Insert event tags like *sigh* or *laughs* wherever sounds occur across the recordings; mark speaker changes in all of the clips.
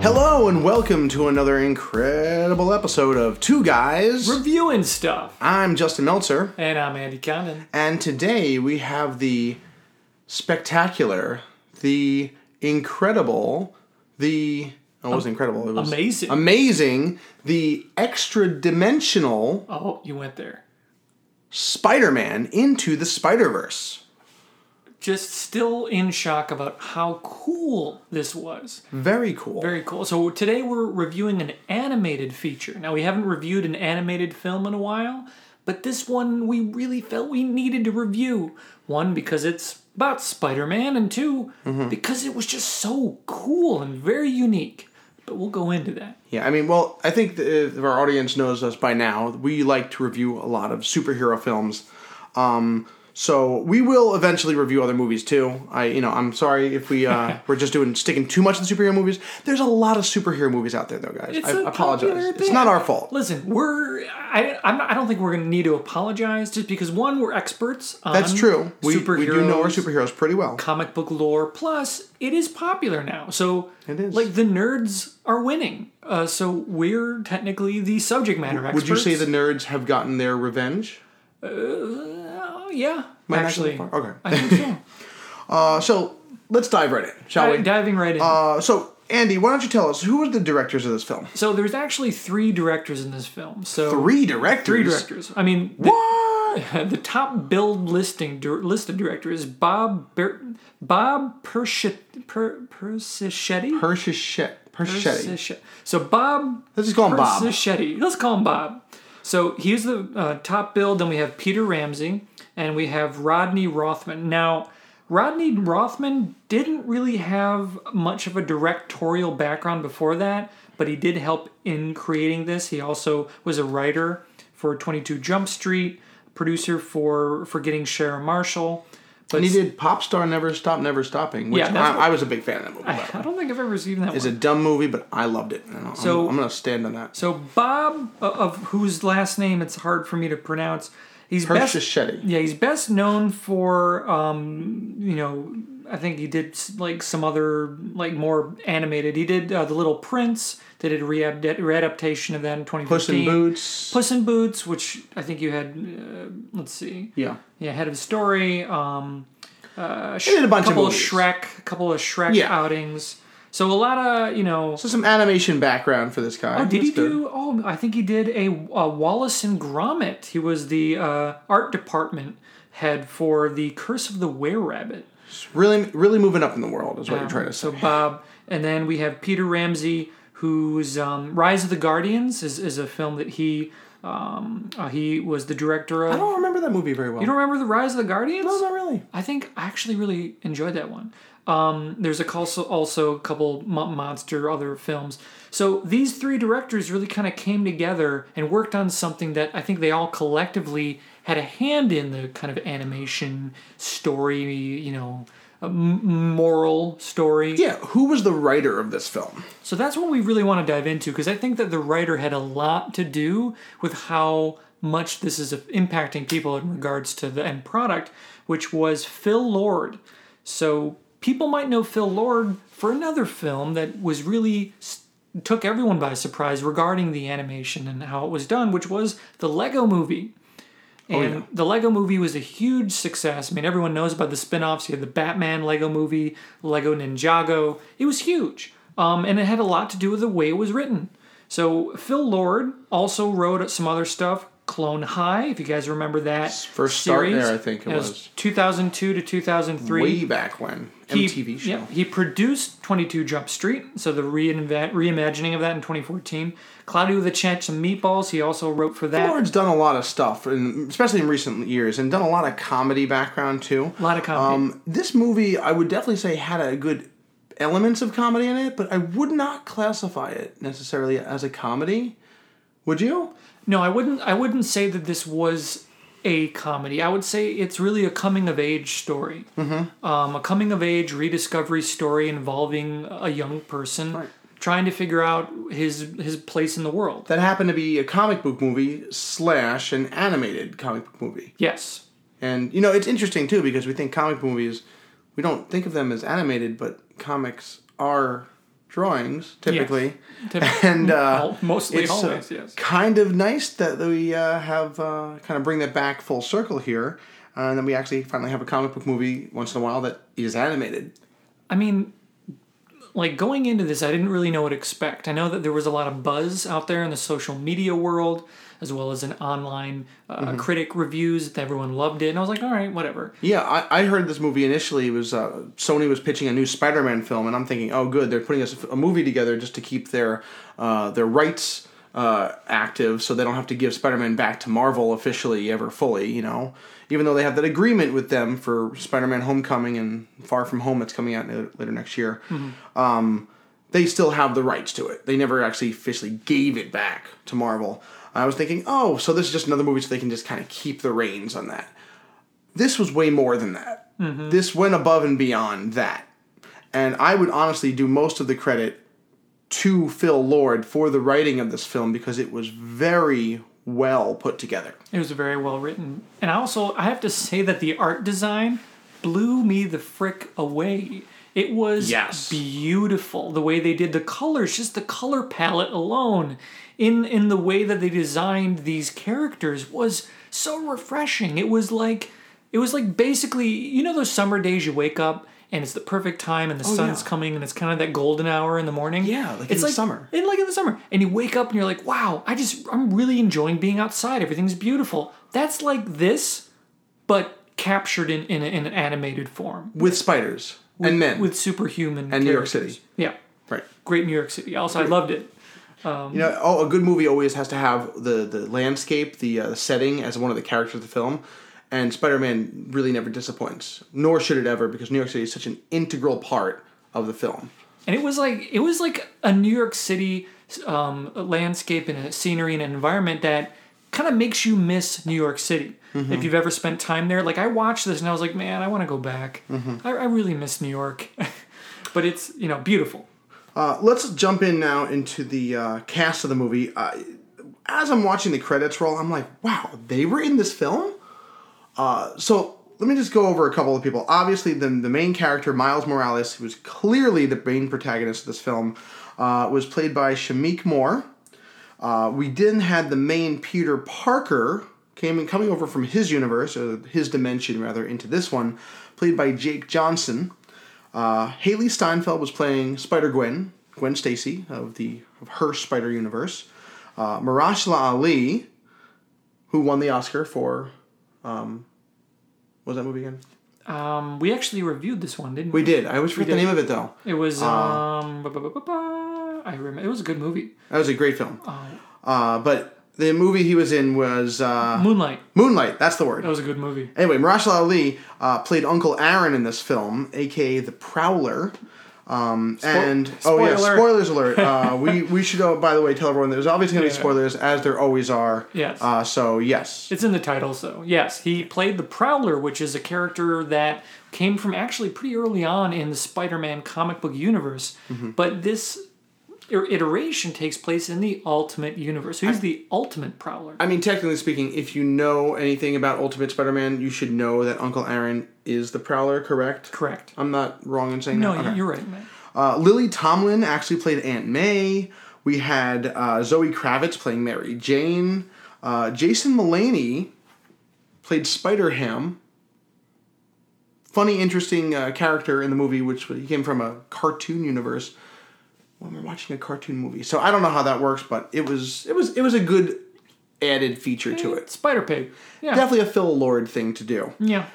Speaker 1: Hello and welcome to another incredible episode of Two Guys.
Speaker 2: Reviewing stuff.
Speaker 1: I'm Justin Meltzer,
Speaker 2: And I'm Andy Condon.
Speaker 1: and today we have the spectacular, the incredible, the oh, it was incredible. It was
Speaker 2: amazing.
Speaker 1: amazing, the extra dimensional
Speaker 2: Oh, you went there.
Speaker 1: Spider-Man into the Spider-Verse.
Speaker 2: Just still in shock about how cool this was.
Speaker 1: Very cool.
Speaker 2: Very cool. So today we're reviewing an animated feature. Now we haven't reviewed an animated film in a while, but this one we really felt we needed to review. One because it's about Spider-Man, and 2 because it was just so cool and very unique. But we'll go into that.
Speaker 1: Yeah, I mean, well, I think the, if our audience knows us by now, we like to review a lot of superhero films. Um, so we will eventually review other movies too. I, you know, I'm sorry if we
Speaker 2: *laughs*
Speaker 1: uh, we're just doing sticking too much to superhero movies. There's a lot of superhero movies out there, though, guys.
Speaker 2: It's
Speaker 1: I
Speaker 2: a
Speaker 1: apologize.
Speaker 2: popular
Speaker 1: It's
Speaker 2: thing.
Speaker 1: not our fault.
Speaker 2: Listen, we're I I'm not, I don't think we're going to need to apologize just because one we're experts on
Speaker 1: That's true. We,
Speaker 2: um, superheroes,
Speaker 1: we do know our superheroes pretty well.
Speaker 2: comic book lore plus it is popular now. So
Speaker 1: It is.
Speaker 2: like the nerds are winning. Uh, so we're technically the subject matter
Speaker 1: Would
Speaker 2: experts.
Speaker 1: you say the nerds have gotten their revenge?
Speaker 2: Oh, yeah,
Speaker 1: Am I not
Speaker 2: actually. *laughs*
Speaker 1: going far? okay.
Speaker 2: I think so.
Speaker 1: Uh, so let's dive right in, *laughs* shall
Speaker 2: Di-
Speaker 1: we?
Speaker 2: diving right in.
Speaker 1: Uh, so Andy, why don't you tell us who were the directors of this film?
Speaker 2: so there's actually three directors in this film. So
Speaker 1: Three directors.
Speaker 2: three directors. I mean, the-
Speaker 1: What?
Speaker 2: *laughs* the top billed listing dir- listed director is Bob Ber- Bob Persichetti. Per- Persichetti?
Speaker 1: Persichetti. Persichetti.
Speaker 2: Persiche- so Bob
Speaker 1: Let's just call him Bob.
Speaker 2: Persichetti. Let's call him Bob. So he's the uh, top billed. Then we have Peter Ramsey and we have Rodney Rothman. Now. Rodney Rothman didn't really have much of a directorial background before that, but he did help in creating this. He also was a writer for 22 Jump Street, producer for for getting Sharon Marshall. But
Speaker 1: And he did Pop Star Never Stop Never Stopping, which
Speaker 2: Yeah, that's
Speaker 1: I,
Speaker 2: what-
Speaker 1: I was a big fan of that movie. by the way.
Speaker 2: I don't think I've ever seen that one.
Speaker 1: It's a dumb movie, but I loved it. And I'm,
Speaker 2: So-
Speaker 1: I'm going to stand on that.
Speaker 2: So Bob, uh, of whose last name it's hard for me to pronounce, he's best.
Speaker 1: Persichetti.
Speaker 2: Yeah, he's best known for, um, you know, I think he did like some other like more animated. He did uh, the Little Prince. They did a read- readaptation of that in 2015.
Speaker 1: Puss in Boots.
Speaker 2: Puss in Boots, which I think you had. Uh, let's see.
Speaker 1: yeah.
Speaker 2: Yeah, head of story. Um, uh,
Speaker 1: did a bunch of
Speaker 2: couple of,
Speaker 1: movies.
Speaker 2: Shrek, couple of Shrek
Speaker 1: Yeah.
Speaker 2: outings. So a lot of you know.
Speaker 1: So some animation background for this guy.
Speaker 2: Oh, did he
Speaker 1: That's good.
Speaker 2: do? Oh, I think he did a, uh Wallace and Gromit. He was the uh, art department head for the Curse of the Were Rabbit.
Speaker 1: Really, really moving up in the world is what you're trying to say.
Speaker 2: So Bob, and then we have Peter Ramsey, who's um, Rise of the Guardians is, is a film that he um, uh, he was the director of.
Speaker 1: I don't remember that movie very well.
Speaker 2: you don't remember the Rise of the Guardians?
Speaker 1: No, not really.
Speaker 2: I think I actually really enjoyed that one. Um, there's a also, also a couple mo- monster other films. So these three directors really kind of came together and worked on something that I think they all collectively had a hand in the kind of animation story, you know, uh, m- moral story.
Speaker 1: Yeah, who was the writer of this film?
Speaker 2: So that's what we really want to dive into because I think that the writer had a lot to do with how much this is impacting people in regards to the end product, which was Phil Lord. So people might know Phil Lord for another film that was really s- took everyone by surprise regarding the animation and how it was done, which was the Lego movie. And
Speaker 1: Oh, yeah.
Speaker 2: the Lego movie was a huge success. I mean, everyone knows about the spin offs. You had the Batman Lego movie, Lego Ninjago. It was huge. Um, and it had a lot to do with the way it was written. So, Phil Lord also wrote some other stuff, Clone High, if you guys remember that.
Speaker 1: first start there, I think it was.
Speaker 2: 2002 to 2003
Speaker 1: Way back when. MTV show.
Speaker 2: yeah, he produced 22 Jump Street, so the reinvent, reimagining of that in 2014. Cloudy with a Chance of Meatballs, he also wrote for that.
Speaker 1: Lord's done a lot of stuff, and especially in recent years, and done a lot of comedy background too.
Speaker 2: A lot of comedy.
Speaker 1: Um, this movie, I would definitely say, had a good elements of comedy in it, but I would not classify it necessarily as a comedy. Would you?
Speaker 2: no, I wouldn't. I wouldn't say that this was a comedy. I would say it's really a coming of age story,
Speaker 1: Mm-hmm.
Speaker 2: um, a coming of age rediscovery story involving a young person trying to figure out his his place in the world.
Speaker 1: That happened to be a comic book movie slash an animated comic book movie,
Speaker 2: Yes,
Speaker 1: and you know it's interesting too because we think comic book movies, we don't think of them as animated, but comics are drawings typically,
Speaker 2: Typ-
Speaker 1: *laughs* and uh,
Speaker 2: Al- mostly
Speaker 1: it's, uh,
Speaker 2: always, yes.
Speaker 1: kind of nice that we uh, have uh, kind of bring that back full circle here, uh, and then we actually finally have a comic book movie once in a while that is animated.
Speaker 2: I mean, like going into this, I didn't really know what to expect. I know that there was a lot of buzz out there in the social media world, as well as in online uh,
Speaker 1: Mm-hmm.
Speaker 2: critic reviews that everyone loved it. And I was like, all right, whatever.
Speaker 1: Yeah, I, I heard this movie initially was uh, Sony was pitching a new Spider-Man film, and I'm thinking, oh, good, they're putting us a movie together just to keep their uh, their rights uh, active, so they don't have to give Spider-Man back to Marvel officially ever fully. You know, even though they have that agreement with them for Spider-Man: Homecoming and Far From Home that's coming out n- later next year, um, they still have the rights to it. They never actually officially gave it back to Marvel. I was thinking, oh, so this is just another movie, so they can just kind of keep the reins on that this was way more than that.
Speaker 2: Mm-hmm.
Speaker 1: This went above and beyond that. And I would honestly do most of the credit to Phil Lord for the writing of this film because it was very well put together.
Speaker 2: It was very well written. And I also, I have to say that the art design blew me the frick away. It was
Speaker 1: Yes.
Speaker 2: beautiful. The way they did the colors, just the color palette alone, in in the way that they designed these characters was so refreshing. It was like it was like basically, you know those summer days you wake up and it's the perfect time and the sun's
Speaker 1: Oh, yeah.
Speaker 2: coming and it's kind of that golden hour in the morning.
Speaker 1: Yeah, like in
Speaker 2: it's
Speaker 1: the summer.
Speaker 2: And like in the summer. And you wake up and you're like, wow, I just, I'm really enjoying being outside. Everything's beautiful. That's like this, but captured in, in, a, in an animated form
Speaker 1: With spiders and men.
Speaker 2: with superhuman.
Speaker 1: And New York
Speaker 2: characters.
Speaker 1: City.
Speaker 2: Yeah.
Speaker 1: right.
Speaker 2: Great New York City. Also, I loved it.
Speaker 1: You know, oh, a good movie always has to have the, the landscape, the uh, setting as one of the characters of the film. And Spider Man really never disappoints, nor should it ever, because New York City is such an integral part of the film.
Speaker 2: and it was like it was like a New York City um, landscape and a scenery and an environment that kind of makes you miss New York City if you've ever spent time there. Like I watched this and I was like, man, I want to go back. I, I really miss New York, *laughs* but it's you know beautiful.
Speaker 1: Uh, let's jump in now into the uh, cast of the movie. Uh, as I'm watching the credits roll, I'm like, wow, they were in this film? Uh, so let me just go over a couple of people. Obviously, the, the main character, Miles Morales, who was clearly the main protagonist of this film, uh, was played by Shamik Moore. Uh, we then had the main Peter Parker came coming over from his universe, or his dimension rather, into this one, played by Jake Johnson. Uh, Haley Steinfeld was playing Spider Gwen, Gwen Stacy of the of her Spider Universe. Uh, Marashla Ali, who won the Oscar for, um, what was that movie again?
Speaker 2: Um, we actually reviewed this one, didn't we?
Speaker 1: We did. I always forget the name of it though.
Speaker 2: It was um, ba- ba- ba- ba- ba. I remember it was a good movie.
Speaker 1: That was a great film. Uh, but the movie he was in was uh,
Speaker 2: Moonlight.
Speaker 1: Moonlight. That's the word.
Speaker 2: That was a good movie.
Speaker 1: Anyway, Marshall Ali uh, played Uncle Aaron in this film, aka the Prowler. Um, and oh yeah,
Speaker 2: spoiler.
Speaker 1: spoilers alert!
Speaker 2: *laughs*
Speaker 1: Uh, we we should oh, by the way tell everyone there's obviously going to
Speaker 2: Yeah.
Speaker 1: be spoilers as there always are.
Speaker 2: Yes.
Speaker 1: Uh, so yes,
Speaker 2: It's in the title, so yes, he played the Prowler, which is a character that came from actually pretty early on in the Spider-Man comic book universe. But this ir- iteration takes place in the Ultimate Universe. Who's the Ultimate Prowler?
Speaker 1: I mean technically speaking, if you know anything about Ultimate Spider-Man, you should know that Uncle Aaron is the Prowler. Correct?
Speaker 2: Correct.
Speaker 1: I'm not wrong in saying
Speaker 2: No,
Speaker 1: that.
Speaker 2: y- you're right, man.
Speaker 1: Uh, Lily Tomlin actually played Aunt May. We had uh, Zoe Kravitz playing Mary Jane. Uh, Jason Mullaney played Spider Ham. Funny, interesting uh, character in the movie, which he came from a cartoon universe. When we're watching a cartoon movie, so I don't know how that works, but it was it was it was a good added feature to it.
Speaker 2: Spider Pig. Yeah.
Speaker 1: Definitely a Phil Lord thing to do.
Speaker 2: Yeah.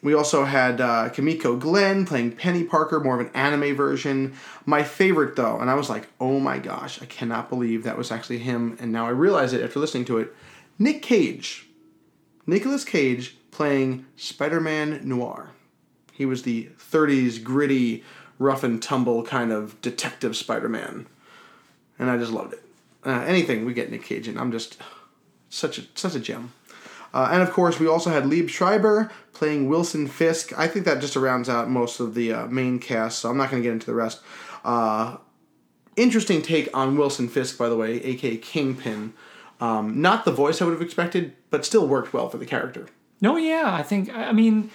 Speaker 1: We also had uh, Kamiko Glenn playing Penny Parker, more of an anime version. My favorite, though, and I was like, oh my gosh, I cannot believe that was actually him. And now I realize it after listening to it. Nick Cage. Nicolas Cage playing Spider Man Noir. He was the 30s gritty, rough and tumble kind of detective Spider Man. And I just loved it. Uh, anything we get Nick Cage in, I'm just such a, such a gem. Uh, and of course, we also had Lieb Schreiber playing Wilson Fisk. I think that just rounds out most of the uh, main cast, so I'm not going to get into the rest. Uh, interesting take on Wilson Fisk, by the way, aka Kingpin. Um, not the voice I would have expected, but still worked well for the character.
Speaker 2: No, yeah, I think I mean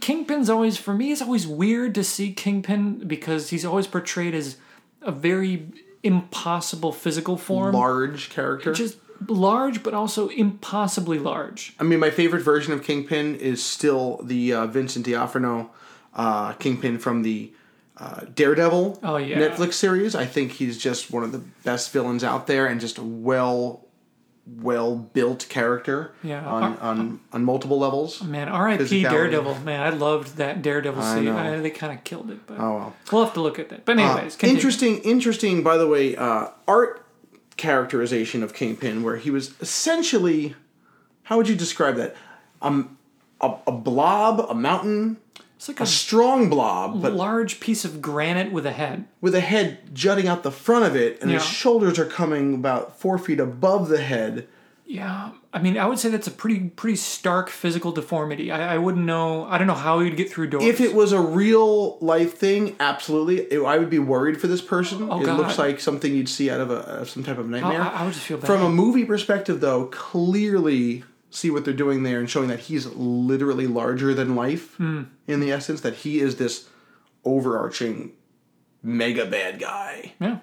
Speaker 2: Kingpin's always for me it's always weird to see Kingpin because he's always portrayed as a very impossible physical form,
Speaker 1: Large character.
Speaker 2: just large but also impossibly large.
Speaker 1: I mean, my favorite version of Kingpin is still the uh, Vincent D'Onofrio uh, Kingpin from the uh, Daredevil
Speaker 2: Oh, yeah.
Speaker 1: Netflix series. I think he's just one of the best villains out there, and just a well, well built character.
Speaker 2: Yeah.
Speaker 1: on on, on multiple levels.
Speaker 2: Man, R.I.P.
Speaker 1: Physicality.
Speaker 2: Daredevil. Man, I loved that Daredevil
Speaker 1: I
Speaker 2: scene.
Speaker 1: know.
Speaker 2: I, they kind of killed it, but
Speaker 1: Oh well. Uh,
Speaker 2: we'll have to look at that. But anyways, continue.
Speaker 1: Interesting, interesting. By the way, uh, art characterization of Kingpin, where he was essentially, how would you describe that? Um, a, a blob, a mountain,
Speaker 2: It's like a
Speaker 1: a strong blob, but
Speaker 2: large piece of granite with a head.
Speaker 1: with a head jutting out the front of it, and his
Speaker 2: Yeah.
Speaker 1: shoulders are coming about four feet above the head.
Speaker 2: Yeah, I mean, I would say that's a pretty pretty stark physical deformity. I, I wouldn't know. I don't know how he'd get through doors.
Speaker 1: If it was a real life thing, absolutely, it- I would be worried for this person. it
Speaker 2: Oh, God.
Speaker 1: looks like something you'd see out of a of some type of
Speaker 2: I,
Speaker 1: nightmare.
Speaker 2: I- I would just feel bad.
Speaker 1: From a movie perspective, though, clearly see what they're doing there and showing that he's literally larger than life
Speaker 2: Hmm.
Speaker 1: in the essence. That he is this overarching mega bad guy.
Speaker 2: yeah,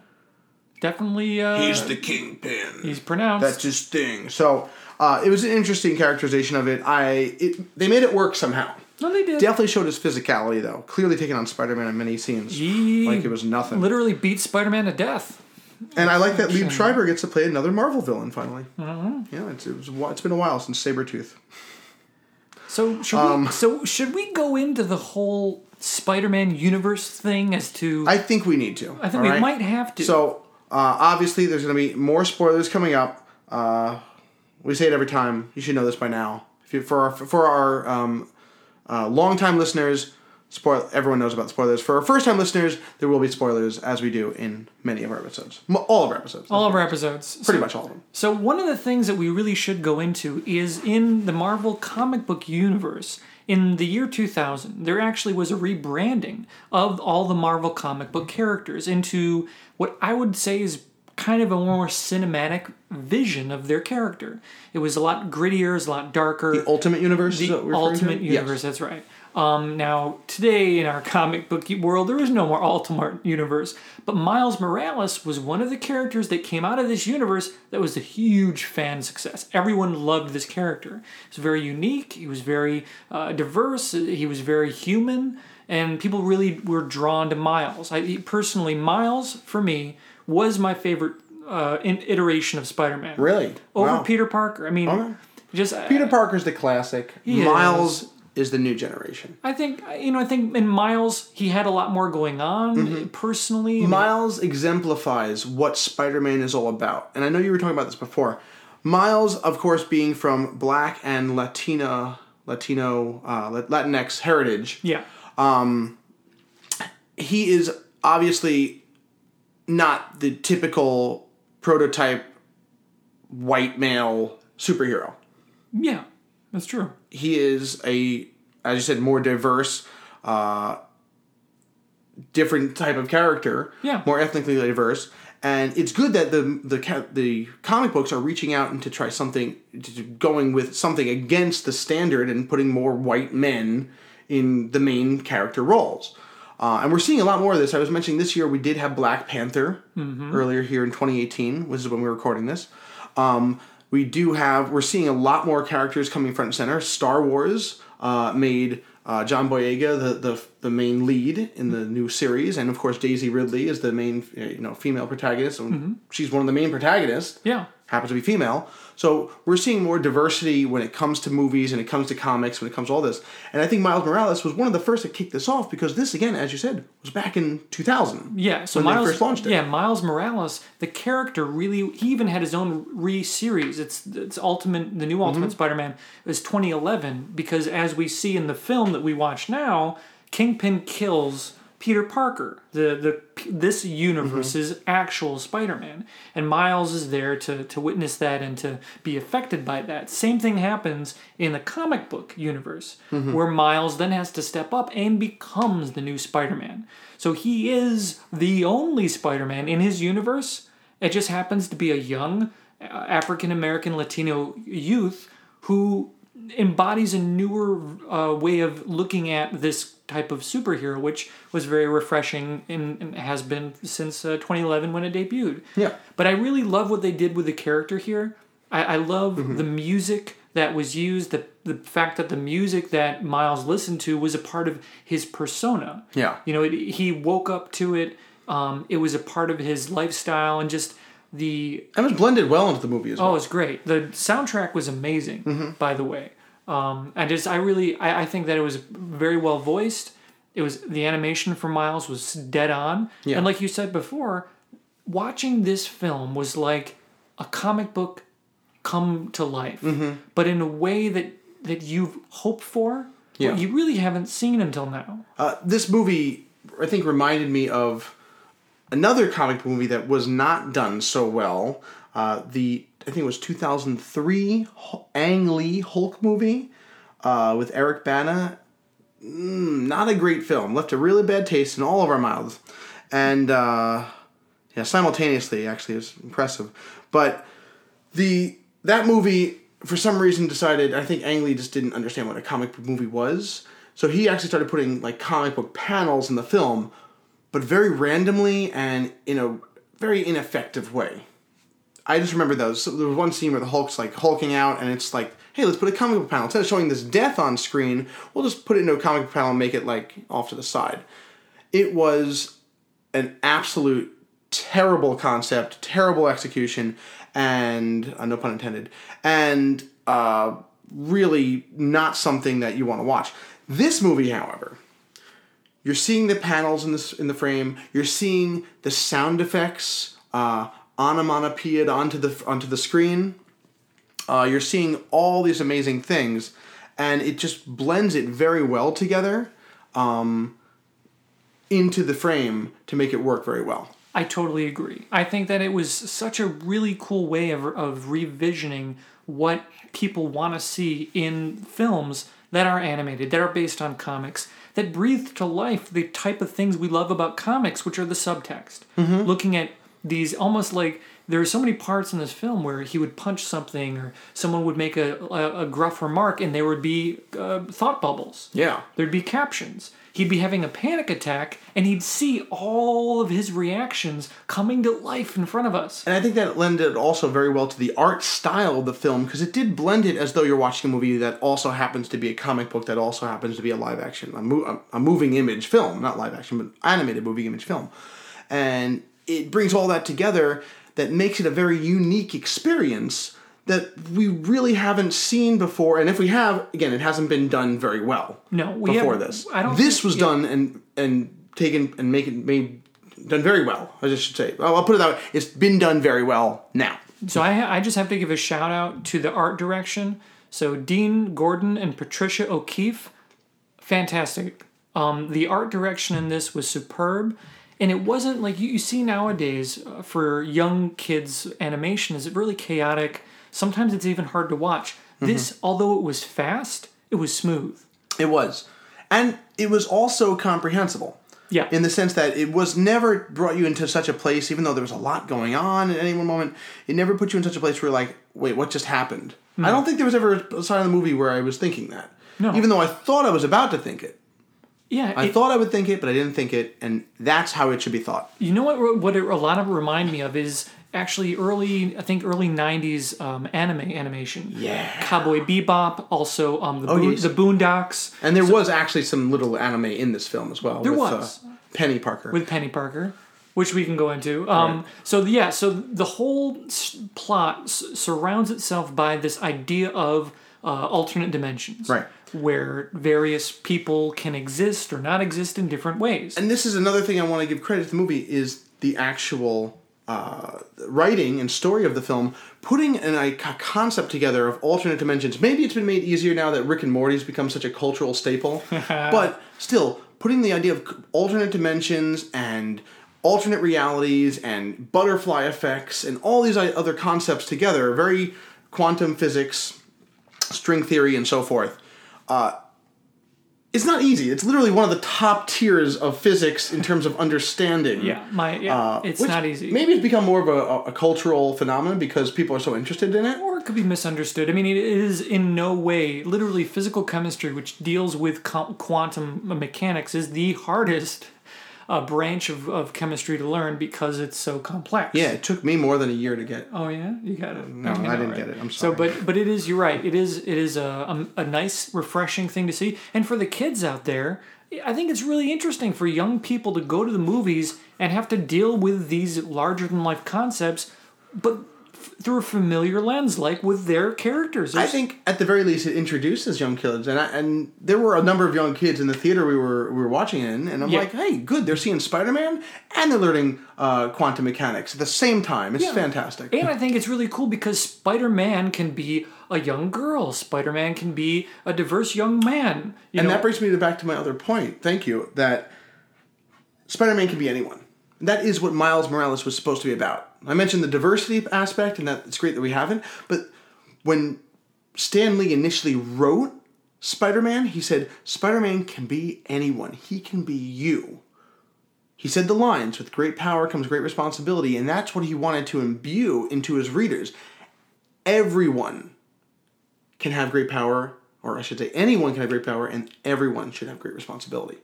Speaker 2: definitely. Uh, he's,
Speaker 1: He's the kingpin.
Speaker 2: pronounced.
Speaker 1: That's his thing. So uh, it was an interesting characterization of it. I it, they made it work somehow.
Speaker 2: no, they did.
Speaker 1: Definitely showed his physicality though. Clearly taking on Spider-Man in many scenes,
Speaker 2: He
Speaker 1: like it was nothing.
Speaker 2: literally beat Spider-Man to death.
Speaker 1: and I like that Lieb Schreiber gets to play another Marvel villain finally.
Speaker 2: Mm-hmm.
Speaker 1: Yeah, it's it was, a whi- it's been a while since Sabretooth.
Speaker 2: So should
Speaker 1: Um,
Speaker 2: we, so should we go into the whole Spider-Man universe thing as to?
Speaker 1: I think we need to.
Speaker 2: I think we might have to.
Speaker 1: So uh, obviously, there's going to be more spoilers coming up. Uh, we say it every time. You should know this by now. If you, for our, for our um, uh, longtime listeners, spoil everyone knows about spoilers. For our first time listeners, there will be spoilers as we do in many of our episodes, M- all of our episodes,
Speaker 2: all of our episodes.
Speaker 1: pretty much all of them.
Speaker 2: So one of the things that we really should go into is in the Marvel comic book universe. In the year 2000, there actually was a rebranding of all the Marvel comic book characters into what I would say is kind of a more cinematic vision of their character. It was a lot grittier, it was a lot darker.
Speaker 1: Ultimate Universe. is
Speaker 2: The
Speaker 1: that what we're referring to?
Speaker 2: Ultimate
Speaker 1: Yes.
Speaker 2: Universe. That's right. Um, now, today in our comic book world, there is no more Ultimate Universe, but Miles Morales was one of the characters that came out of this universe that was a huge fan success. Everyone loved this character. He was very unique. He was very uh, diverse. He was very human, and people really were drawn to Miles. I personally, Miles for me was my favorite uh, in, iteration of Spider-Man.
Speaker 1: Really?
Speaker 2: Over
Speaker 1: Wow.
Speaker 2: Peter Parker. I mean, just uh,
Speaker 1: Peter Parker's the classic.
Speaker 2: is.
Speaker 1: Miles is the new generation.
Speaker 2: I think you know. I think in Miles, he had a lot more going on personally.
Speaker 1: Miles exemplifies what Spider Man is all about. And I know you were talking about this before. Miles, of course, being from black and Latina, Latino, uh, Lat- Latinx heritage,
Speaker 2: yeah,
Speaker 1: he is obviously not the typical prototype white male superhero.
Speaker 2: yeah, that's true.
Speaker 1: He is a, as you said, more diverse, uh, different type of character.
Speaker 2: Yeah.
Speaker 1: More ethnically diverse, and it's good that the the ca- the comic books are reaching out and to try something, to, to going with something against the standard and putting more white men in the main character roles. Uh, and we're seeing a lot more of this. I was mentioning this year we did have Black Panther earlier here in 2018, which is when we were recording this. Um, we do have we're seeing a lot more characters coming front and center. Star Wars uh, made uh, John Boyega the, the the main lead in the new series, and of course Daisy Ridley is the main uh, you know female protagonist. And She's one of the main protagonists.
Speaker 2: Mm-hmm. Yeah,
Speaker 1: Happens to be female, so we're seeing more diversity when it comes to movies and it comes to comics, when it comes to all this. And I think Miles Morales was one of the first to kick this off because this, again, as you said, was back in 2000.
Speaker 2: yeah. So
Speaker 1: When they
Speaker 2: Miles
Speaker 1: first launched it.
Speaker 2: Yeah, Miles Morales, the character really. He even had his own re-series. It's it's Ultimate, the new
Speaker 1: Mm-hmm.
Speaker 2: Ultimate Spider-Man is 2011 because as we see in the film that we watch now, Kingpin kills Peter Parker, the the this universe's
Speaker 1: Mm-hmm.
Speaker 2: actual Spider-Man, and Miles is there to to witness that and to be affected by that. Same thing happens in the comic book universe,
Speaker 1: Mm-hmm.
Speaker 2: where Miles then has to step up and becomes the new Spider-Man. So he is the only Spider-Man in his universe. It uh, just happens to be a young African American Latino youth who embodies a newer uh, way of looking at this type of superhero, which was very refreshing and, and has been since uh, 2011 when it debuted.
Speaker 1: Yeah.
Speaker 2: But I really love what they did with the character here. I, I love the music that was used, the, the fact that the music that Miles listened to was a part of his persona.
Speaker 1: Yeah.
Speaker 2: You know, it, he woke up to it. Um, it was a part of his lifestyle and just the
Speaker 1: That was blended well into the movie as well. Mm-hmm.
Speaker 2: Oh, it's great. The soundtrack was amazing, by the way. Um, I just, I really, I, I think that it was very well voiced. It was the animation for Miles was dead on,
Speaker 1: Yeah.
Speaker 2: and like you said before, watching this film was like a comic book come to life,
Speaker 1: Mm-hmm.
Speaker 2: but in a way that that you've hoped for,
Speaker 1: Yeah.
Speaker 2: but you really haven't seen until now.
Speaker 1: Uh, this movie, I think, reminded me of another comic book movie that was not done so well. Uh, the I think it was 2003 H- Ang Lee Hulk movie uh, with Eric Bana. Mm, not a great film. Left a really bad taste in all of our mouths, and uh, yeah, simultaneously actually is impressive. But the that movie for some reason decided I think Ang Lee just didn't understand what a comic book movie was, so he actually started putting like comic book panels in the film, but very randomly and in a very ineffective way. I just remember those. So there was one scene where the Hulk's like hulking out, and it's like, hey, let's put a comic book panel. Instead of showing this death on screen, we'll just put it into a comic book panel and make it like off to the side. It was an absolute terrible concept, terrible execution, and uh, no pun intended, and uh, really not something that you want to watch. This movie, however, you're seeing the panels in this in the frame. You're seeing the sound effects uh, onomatopoeied onto the onto the screen. Uh, you're seeing all these amazing things, and it just blends it very well together into the frame to make it work very well.
Speaker 2: I totally agree. I think that it was such a really cool way of, of revisioning what people want to see in films that are animated, that are based on comics, that breathe to life the type of things we love about comics, which are the subtext. Looking at these almost like there are so many parts in this film where he would punch something or someone would make a, a, a gruff remark and there would be uh, thought bubbles.
Speaker 1: Yeah.
Speaker 2: There'd be captions. He'd be having a panic attack, and he'd see all of his reactions coming to life in front of us.
Speaker 1: And I think that lended also very well to the art style of the film because it did blend it as though you're watching a movie that also happens to be a comic book that also happens to be a live action, a, mo- a- a moving image film, not live action, but animated moving image film. And it brings all that together that makes it a very unique experience that we really haven't seen before. And if we have, again, it hasn't been done very well.
Speaker 2: No, we
Speaker 1: before
Speaker 2: haven't-
Speaker 1: this.
Speaker 2: I don't
Speaker 1: This
Speaker 2: think-
Speaker 1: was
Speaker 2: yeah.
Speaker 1: done and and taken and make it made done very well. I just should say. I'll I'll put it that way. It's been done very well now.
Speaker 2: So I, ha- I just have to give a shout out to the art direction. So Dean Gordon and Patricia O'Keefe, fantastic. Um, the art direction in this was superb, and it wasn't like you, you see nowadays uh, for young kids animation is it really chaotic. Sometimes it's even hard to watch.
Speaker 1: Mm-hmm.
Speaker 2: This, although it was fast, it was smooth.
Speaker 1: It was, and it was also comprehensible.
Speaker 2: Yeah.
Speaker 1: in the sense that it was never brought you into such a place, even though there was a lot going on at any one moment, it never put you in such a place where you're like, wait, what just happened? I don't think there was ever a side of the movie where I was thinking that.
Speaker 2: Hmm. No.
Speaker 1: Even though I thought I was about to think it.
Speaker 2: yeah,
Speaker 1: I
Speaker 2: it-
Speaker 1: thought I would think it, but I didn't think it, and that's how it should be thought.
Speaker 2: You know what? What it, a lot of it remind me of is actually early. I think early '90s um, anime animation.
Speaker 1: Yeah. Oh,
Speaker 2: Cowboy Bebop. Also, um, the, boon,
Speaker 1: yes.
Speaker 2: the Boondocks
Speaker 1: And there was actually some little anime in this film as well. There with,
Speaker 2: was.
Speaker 1: uh, Penny Parker.
Speaker 2: with Penny Parker, which we can go into. Um, So yeah, so the whole s- plot s- surrounds itself by this idea of uh, alternate dimensions,
Speaker 1: Right.
Speaker 2: Where various people can exist or not exist in different ways.
Speaker 1: and this is another thing I want to give credit to the movie is the actual uh, writing and story of the film, putting an, a co- concept together of alternate dimensions. Maybe it's been made easier now that Rick and Morty's become such a cultural staple, but still putting the idea of c- alternate dimensions and alternate realities and butterfly effects and all these i- other concepts together, very quantum physics, string theory, and so forth uh, it's not easy. It's literally one of the top tiers of physics in terms of understanding.
Speaker 2: Yeah, my yeah,
Speaker 1: Uh,
Speaker 2: it's
Speaker 1: which
Speaker 2: not easy.
Speaker 1: Maybe it's become more of a, a cultural phenomenon because people are so interested in it.
Speaker 2: or it could be misunderstood. I mean, it is in no way literally physical chemistry, which deals with com- quantum mechanics, is the hardest uh, branch of, of chemistry to learn because it's so complex.
Speaker 1: Yeah, it took me more than a year to get.
Speaker 2: Oh yeah, you got it.
Speaker 1: No, I didn't get it. I'm
Speaker 2: So,
Speaker 1: sorry.
Speaker 2: but but it is. You're right. It is. It is a, a a nice, refreshing thing to see. And for the kids out there, I think it's really interesting for young people to go to the movies and have to deal with these larger than life concepts, but f- through a familiar lens, like with their characters.
Speaker 1: I
Speaker 2: There's-
Speaker 1: think at the very least it introduces young kids, and I, and there were a number of young kids in the theater we were we were watching in, and I'm
Speaker 2: Yeah.
Speaker 1: like, hey, good, they're seeing Spider Man and they're learning uh, quantum mechanics at the same time. It's fantastic.
Speaker 2: And I think it's really cool because Spider Man can be a young girl. Spider Man can be a diverse young man. You
Speaker 1: and
Speaker 2: know,
Speaker 1: that brings me to- back to my other point. Thank you. That Spider Man can be anyone. That is what Miles Morales was supposed to be about. I mentioned the diversity aspect, and that it's great that we haven't. But when Stan Lee initially wrote Spider Man, he said, Spider Man can be anyone, he can be you. He said the lines, with great power comes great responsibility, and that's what he wanted to imbue into his readers. Everyone can have great power, or I should say, anyone can have great power, and everyone should have great responsibility.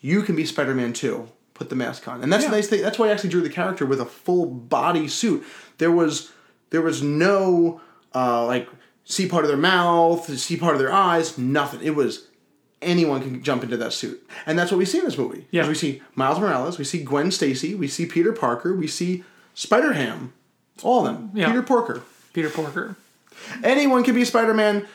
Speaker 1: You can be Spider Man too. Put the mask on, and that's
Speaker 2: Yeah.
Speaker 1: the nice thing. That's why I actually drew the character with a full body suit. There was there was no uh, like see part of their mouth, see part of their eyes, nothing. It was anyone can jump into that suit, and that's what we see in this movie.
Speaker 2: Yeah.
Speaker 1: we see Miles Morales, we see Gwen Stacy, we see Peter Parker, we see Spider Ham, all of them.
Speaker 2: Yeah.
Speaker 1: Peter Porker.
Speaker 2: Peter Porker.
Speaker 1: Anyone can be Spider Man.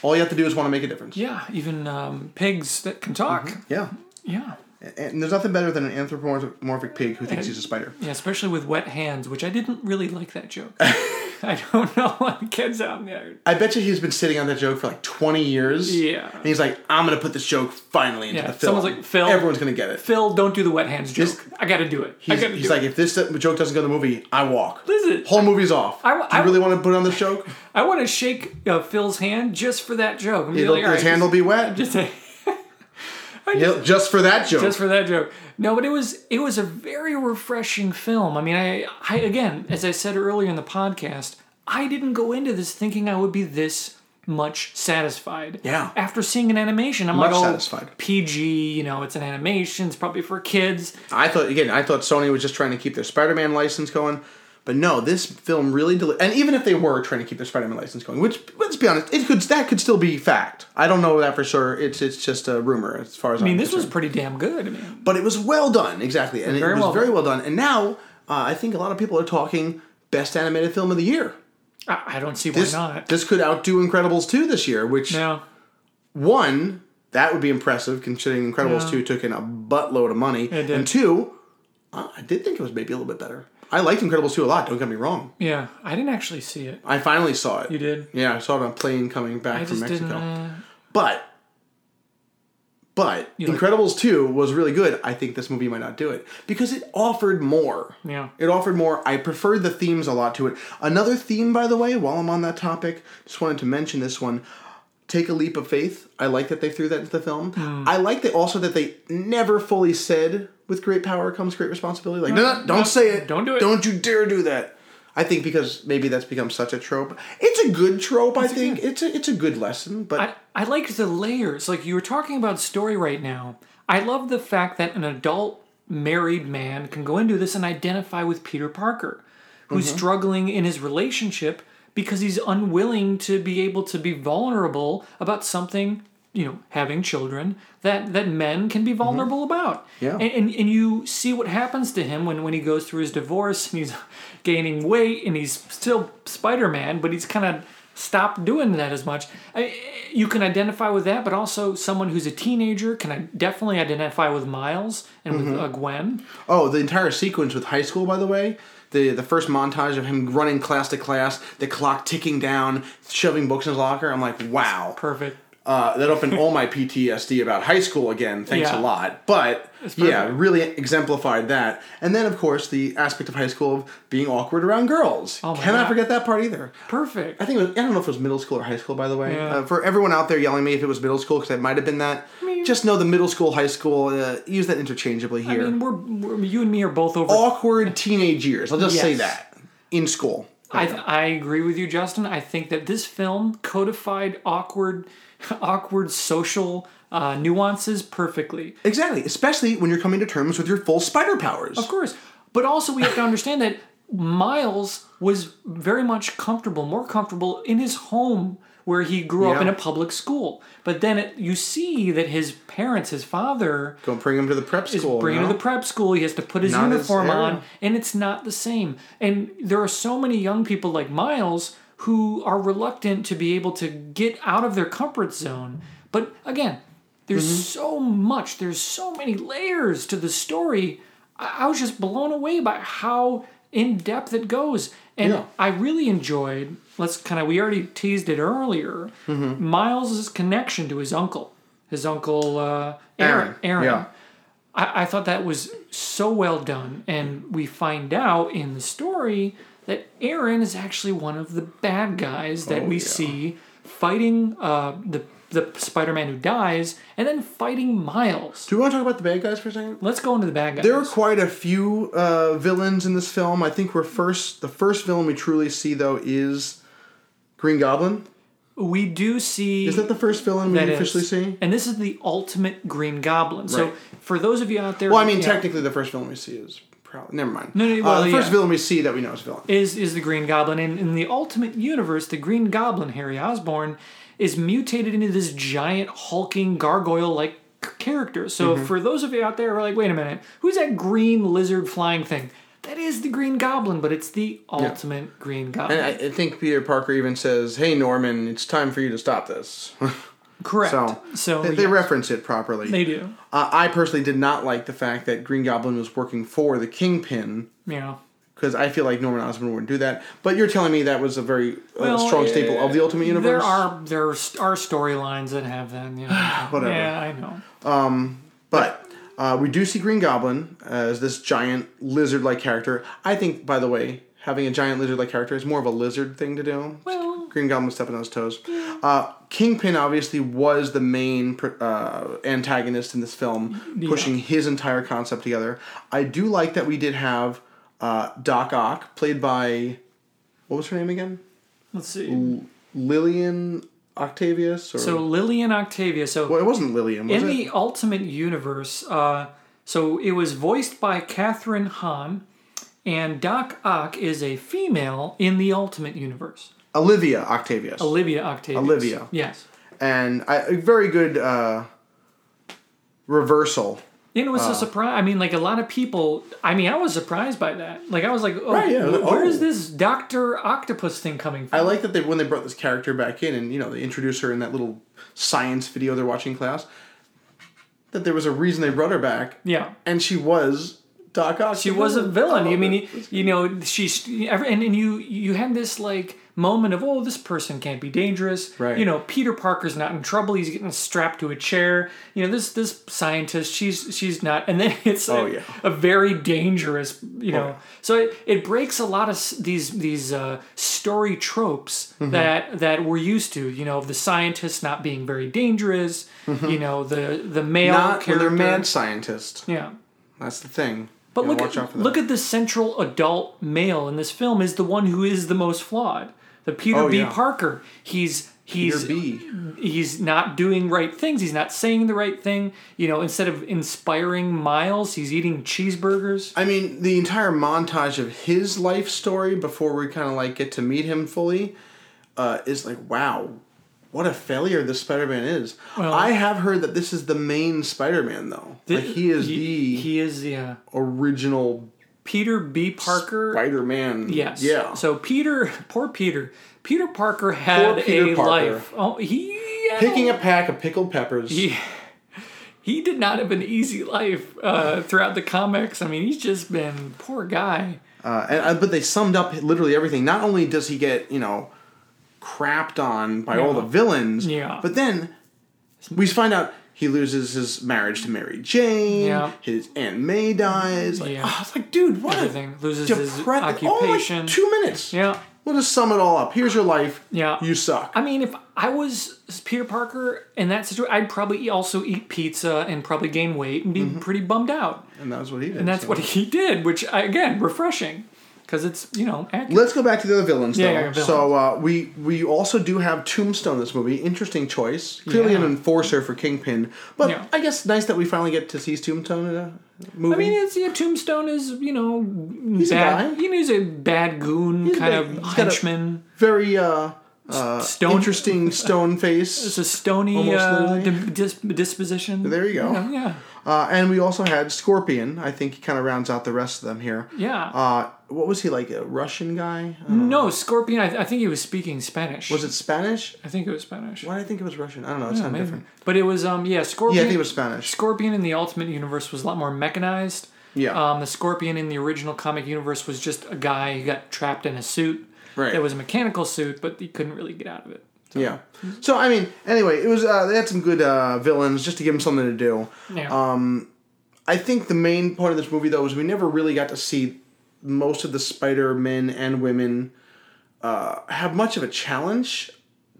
Speaker 1: All you have to do is want to make a difference.
Speaker 2: Yeah, even um, pigs that can talk.
Speaker 1: Yeah.
Speaker 2: Yeah.
Speaker 1: And there's nothing better than an anthropomorphic pig who thinks he's a spider.
Speaker 2: Yeah, especially with wet hands, which I didn't really like that joke. *laughs* I don't know why the kids out there.
Speaker 1: I bet you he's been sitting on that joke for like 20 years.
Speaker 2: Yeah.
Speaker 1: And he's like, I'm going to put this joke finally into
Speaker 2: Yeah,
Speaker 1: the film.
Speaker 2: someone's like, "Phil."
Speaker 1: Everyone's going to get it.
Speaker 2: Phil, don't do the wet hands joke. I gotta do it. I
Speaker 1: He's,
Speaker 2: gotta
Speaker 1: he's
Speaker 2: do
Speaker 1: like,
Speaker 2: it.
Speaker 1: if this joke doesn't go in the movie, I walk.
Speaker 2: Listen,
Speaker 1: Whole movie's off.
Speaker 2: I-
Speaker 1: do you
Speaker 2: I-
Speaker 1: really want to put on this joke?
Speaker 2: I want to shake uh, Phil's hand just for that joke. I'm
Speaker 1: It'll,
Speaker 2: like, all
Speaker 1: his
Speaker 2: right,
Speaker 1: hand will be wet.
Speaker 2: just,
Speaker 1: He'll- just for that joke.
Speaker 2: *laughs* just for that joke. No, but it was it was a very refreshing film. I mean, I, I again, as I said earlier in the podcast, I didn't go into this thinking I would be this much satisfied.
Speaker 1: Yeah.
Speaker 2: After seeing an animation, I'm
Speaker 1: Much
Speaker 2: like, oh,
Speaker 1: satisfied.
Speaker 2: PG. You know, it's an animation. It's probably for kids.
Speaker 1: I thought again. I thought Sony was just trying to keep their Spider-Man license going, but no, this film really. Deli- and even if they were trying to keep their Spider-Man license going, which let's be honest, it could that could still be fact. I don't know that for sure. It's it's just a rumor as far as I
Speaker 2: I mean, this was pretty damn good. I mean,
Speaker 1: but it was well done exactly, and
Speaker 2: Very
Speaker 1: it was
Speaker 2: well
Speaker 1: very well done. And now uh, I think a lot of people are talking best animated film of the year.
Speaker 2: I, I don't see
Speaker 1: This,
Speaker 2: why not.
Speaker 1: this could outdo Incredibles two this year, which
Speaker 2: no,
Speaker 1: one, that would be impressive considering Incredibles
Speaker 2: Yeah.
Speaker 1: 2 took in a buttload of money.
Speaker 2: did.
Speaker 1: And two, uh, I did think it was maybe a little bit better. I liked Incredibles 2 a lot, don't get me wrong.
Speaker 2: yeah, I didn't actually see it.
Speaker 1: I finally saw it.
Speaker 2: You did?
Speaker 1: Yeah, I saw it on a plane coming back
Speaker 2: I
Speaker 1: from
Speaker 2: just
Speaker 1: Mexico.
Speaker 2: didn't. Uh,
Speaker 1: But but
Speaker 2: like-
Speaker 1: Incredibles 2 was really good. I think this movie might not do it because it offered more.
Speaker 2: uh, yeah,
Speaker 1: It offered more. I preferred the themes a lot to it. Another theme, by the way, while I'm on that topic, just wanted to mention this one. Take a leap of faith. I like that they threw that into the film. I like that also that they never fully said with great power comes great responsibility. Like, no, no, don't say it.
Speaker 2: Don't do it.
Speaker 1: Don't you dare do that. I think because maybe that's become such a trope. It's a good trope, I think. It's a it's a good lesson, but
Speaker 2: I, I liked the layers. Like you were talking about story right now. I love the fact that an adult married man can go into this and identify with Peter Parker, who's
Speaker 1: Mm-hmm.
Speaker 2: struggling in his relationship because he's unwilling to be able to be vulnerable about something, you know, having children that that men can be vulnerable about.
Speaker 1: Mm-hmm. Yeah.
Speaker 2: And, and and you see what happens to him when when he goes through his divorce and he's *laughs* gaining weight and he's still Spider-Man, but he's kind of stopped doing that as much. I, you can identify with that, but also someone who's a teenager can I definitely identify with Miles and with uh, Gwen.
Speaker 1: Oh, the entire sequence with high school, by the way. The, the first montage of him running class to class, the clock ticking down, shoving books in his locker. I'm like, wow.
Speaker 2: Perfect.
Speaker 1: Uh, that opened all my PTSD about high school again. Thanks a
Speaker 2: Yeah.
Speaker 1: lot. But yeah, really exemplified that. And then, of course, the aspect of high school of being awkward around girls.
Speaker 2: Oh my
Speaker 1: Cannot
Speaker 2: God.
Speaker 1: forget that part either.
Speaker 2: Perfect.
Speaker 1: I think it was, I don't know if it was middle school or high school, by the way.
Speaker 2: Yeah.
Speaker 1: Uh, for everyone out there yelling at me if it was middle school, because it might have been that. Just know the middle school, high school, uh, use that interchangeably
Speaker 2: I
Speaker 1: here.
Speaker 2: mean, we're, we're you and me are both over.
Speaker 1: Oh, awkward teenage years. I'll just say
Speaker 2: Yes.
Speaker 1: that in school.
Speaker 2: I I agree with you, Justin. I think that this film codified awkward, *laughs* awkward social uh, nuances perfectly.
Speaker 1: Exactly, especially when you're coming to terms with your full spider powers.
Speaker 2: Of course. But also, we have to understand that Miles was very much comfortable, more comfortable in his home where he grew up
Speaker 1: Yeah.
Speaker 2: in a public school. But then it, you see that his parents, his father,
Speaker 1: Don't bring him to the prep school.
Speaker 2: bring him
Speaker 1: you
Speaker 2: to
Speaker 1: know?
Speaker 2: the prep school. He has to put his
Speaker 1: Not his
Speaker 2: uniform
Speaker 1: area.
Speaker 2: on, and it's not the same. And there are so many young people like Miles who are reluctant to be able to get out of their comfort zone. But again, there's
Speaker 1: Mm-hmm.
Speaker 2: so much, there's so many layers to the story. I, I was just blown away by how in depth it goes. And
Speaker 1: Yeah.
Speaker 2: I really enjoyed, let's kind of, we already teased it earlier,
Speaker 1: Mm-hmm.
Speaker 2: Miles's connection to his uncle. His uncle, uh, Aaron. Aaron.
Speaker 1: Yeah.
Speaker 2: I, I thought that was so well done. And we find out in the story that Aaron is actually one of the bad guys that we
Speaker 1: Oh, yeah.
Speaker 2: see fighting uh, the, the Spider Man who dies and then fighting Miles.
Speaker 1: Do we want to talk about the bad guys for a second?
Speaker 2: Let's go into the bad guys.
Speaker 1: There are quite a few uh, villains in this film. I think we're first. The first villain we truly see though is Green Goblin.
Speaker 2: we do see.
Speaker 1: Is that the first villain we
Speaker 2: that
Speaker 1: officially
Speaker 2: is-
Speaker 1: see?
Speaker 2: And this is the ultimate Green Goblin. So
Speaker 1: Right.
Speaker 2: for those of you out there.
Speaker 1: Well, I mean,
Speaker 2: yeah,
Speaker 1: technically, the first villain we see is probably never mind.
Speaker 2: No, no,
Speaker 1: Uh,
Speaker 2: well,
Speaker 1: the first
Speaker 2: yeah.
Speaker 1: villain we see that we know is villain.
Speaker 2: is is the Green Goblin, and in the Ultimate Universe, the Green Goblin Harry Osborn is mutated into this giant hulking gargoyle-like c- character. So
Speaker 1: Mm-hmm.
Speaker 2: for those of you out there who are like, wait a minute, who's that green lizard flying thing? That is the Green Goblin, but it's the Ultimate Green Goblin.
Speaker 1: And I, I think Peter Parker even says, "Hey Norman, it's time for you to stop this."
Speaker 2: Correct.
Speaker 1: so
Speaker 2: So,
Speaker 1: they,
Speaker 2: yeah,
Speaker 1: they reference it properly.
Speaker 2: they do.
Speaker 1: Uh, I personally did not like the fact that Green Goblin was working for the Kingpin
Speaker 2: Yeah.
Speaker 1: because I feel like Norman Osborn wouldn't do that. But you're telling me that was a very uh,
Speaker 2: Well,
Speaker 1: strong
Speaker 2: yeah,
Speaker 1: staple of the Ultimate Universe.
Speaker 2: There are there are storylines that have that. You know.
Speaker 1: *sighs* Whatever.
Speaker 2: Yeah, I know.
Speaker 1: But uh, we do see Green Goblin as this giant lizard-like character. I think, by the way, having a giant lizard-like character is more of a lizard thing to do.
Speaker 2: Well-
Speaker 1: Green Goblin was stepping on his toes. Uh, Kingpin obviously was the main pr- uh, antagonist in this film, pushing his entire concept together. I do like that we did have uh, Doc Ock, played by what was her name again?
Speaker 2: Let's see.
Speaker 1: Lillian Octavius, or
Speaker 2: So Lillian Octavia. So
Speaker 1: well, it wasn't Lillian, was
Speaker 2: in
Speaker 1: it?
Speaker 2: the Ultimate Universe, uh, so it was voiced by Catherine Hahn, and Doc Ock is a female in the Ultimate Universe.
Speaker 1: Olivia Octavius.
Speaker 2: Olivia Octavius.
Speaker 1: Olivia.
Speaker 2: Yes.
Speaker 1: and I, a very good uh, reversal.
Speaker 2: And it was
Speaker 1: Uh.
Speaker 2: a surprise. I mean, like a lot of people. I mean, I was surprised by that. Like I was like, oh,
Speaker 1: Right, yeah,
Speaker 2: wh- where
Speaker 1: oh.
Speaker 2: is this Doctor Octopus thing coming from?
Speaker 1: I like that they when they brought this character back in, and you know they introduce her in that little science video they're watching in class. That there was a reason they brought her back,
Speaker 2: yeah.
Speaker 1: and she was Doc Ock.
Speaker 2: She was a villain. I mean, you, you know, she's every- and, and you you had this like moment of oh, this person can't be dangerous.
Speaker 1: Right.
Speaker 2: You know, Peter Parker's not in trouble. He's getting strapped to a chair. You know, this this scientist, she's she's not. And then *laughs* it's
Speaker 1: Oh,
Speaker 2: a,
Speaker 1: yeah.
Speaker 2: a very dangerous. You know, so it, it breaks a lot of s- these these uh, story tropes
Speaker 1: Mm-hmm.
Speaker 2: that that we're used to. You know, the scientist not being very dangerous. You know, the the male
Speaker 1: Mm-hmm. not when
Speaker 2: character.
Speaker 1: they're mad scientist.
Speaker 2: Yeah.
Speaker 1: That's the thing.
Speaker 2: But
Speaker 1: You
Speaker 2: look
Speaker 1: gotta watch out
Speaker 2: at,
Speaker 1: for that.
Speaker 2: look at the central adult male in this film is the one who is the most flawed. The Peter
Speaker 1: Oh,
Speaker 2: B.
Speaker 1: yeah.
Speaker 2: Parker. He's he's
Speaker 1: Peter B.
Speaker 2: he's not doing right things. He's not saying the right thing. You know, instead of inspiring Miles, he's eating cheeseburgers.
Speaker 1: I mean, the entire montage of his life story before we kind of like get to meet him fully uh, is like, wow, what a failure this Spider Man is. I have heard that this is the main Spider Man though. like he is the
Speaker 2: he is yeah
Speaker 1: original
Speaker 2: Peter B. Parker.
Speaker 1: Spider Man.
Speaker 2: Yes.
Speaker 1: Yeah.
Speaker 2: So Peter, *laughs* poor Peter, Peter Parker had
Speaker 1: Peter
Speaker 2: a
Speaker 1: Parker.
Speaker 2: life. Oh, he had a
Speaker 1: Picking a pack of pickled peppers.
Speaker 2: he, he did not have an easy life uh, throughout the comics. I mean, he's just been poor guy.
Speaker 1: Uh, and, uh, but they summed up literally everything. Not only does he get, you know, crapped on by all the villains,
Speaker 2: Yeah.
Speaker 1: but then we find out he loses his marriage to Mary Jane.
Speaker 2: Yeah.
Speaker 1: His Aunt May dies. Like,
Speaker 2: Yeah.
Speaker 1: I was like, dude, what
Speaker 2: Everything.
Speaker 1: a
Speaker 2: Loses his
Speaker 1: depressing. Only
Speaker 2: occupation.
Speaker 1: two minutes.
Speaker 2: Yeah.
Speaker 1: We'll just sum it all up. Here's your life.
Speaker 2: Yeah.
Speaker 1: You suck.
Speaker 2: I mean, if I was Peter Parker in that situation, I'd probably eat- also eat pizza and probably gain weight and be
Speaker 1: Mm-hmm.
Speaker 2: pretty bummed out.
Speaker 1: and that was what he did.
Speaker 2: And that's
Speaker 1: so.
Speaker 2: what he did, which I, again, refreshing, because it's you know accurate.
Speaker 1: Let's go back to the other villains, though.
Speaker 2: Yeah, yeah, villains.
Speaker 1: So uh, we we also do have Tombstone. in This movie, interesting choice. Clearly an
Speaker 2: Yeah.
Speaker 1: enforcer for Kingpin, but
Speaker 2: Yeah.
Speaker 1: I guess nice that we finally get to see Tombstone in a movie.
Speaker 2: I mean, it's yeah. Tombstone is you know
Speaker 1: a
Speaker 2: bad.
Speaker 1: guy.
Speaker 2: You know, he's a bad goon
Speaker 1: a
Speaker 2: kind
Speaker 1: bad-
Speaker 2: of
Speaker 1: he's got a-
Speaker 2: henchman.
Speaker 1: Very uh, uh,
Speaker 2: stone- *laughs*
Speaker 1: interesting stone face.
Speaker 2: It's a stony
Speaker 1: Almost
Speaker 2: uh,
Speaker 1: lonely.
Speaker 2: di- dis- disposition.
Speaker 1: There you go.
Speaker 2: Yeah, yeah.
Speaker 1: Uh, and we also had Scorpion. I think he kind of rounds out the rest of them here.
Speaker 2: Yeah.
Speaker 1: Uh, what was he like? A Russian guy? Uh,
Speaker 2: no, Scorpion. I, I think he was speaking Spanish.
Speaker 1: was it Spanish?
Speaker 2: I think it was Spanish.
Speaker 1: Why did I think it was Russian? I don't know. It
Speaker 2: Yeah,
Speaker 1: sounded
Speaker 2: maybe. Uh,
Speaker 1: different.
Speaker 2: But it was um yeah Scorpion.
Speaker 1: Yeah, I think it was Spanish.
Speaker 2: Scorpion in the Ultimate Universe was a lot more mechanized.
Speaker 1: Yeah.
Speaker 2: Um, the Scorpion in the original comic universe was just a guy who got trapped in a suit.
Speaker 1: Right.
Speaker 2: It was a mechanical suit, but he couldn't really get out of it.
Speaker 1: Yeah. So I mean, anyway, it was uh, they had some good uh, villains just to give them something to do.
Speaker 2: Yeah.
Speaker 1: Um, I think the main point of this movie though is we never really got to see most of the Spider Men and women uh, have much of a challenge.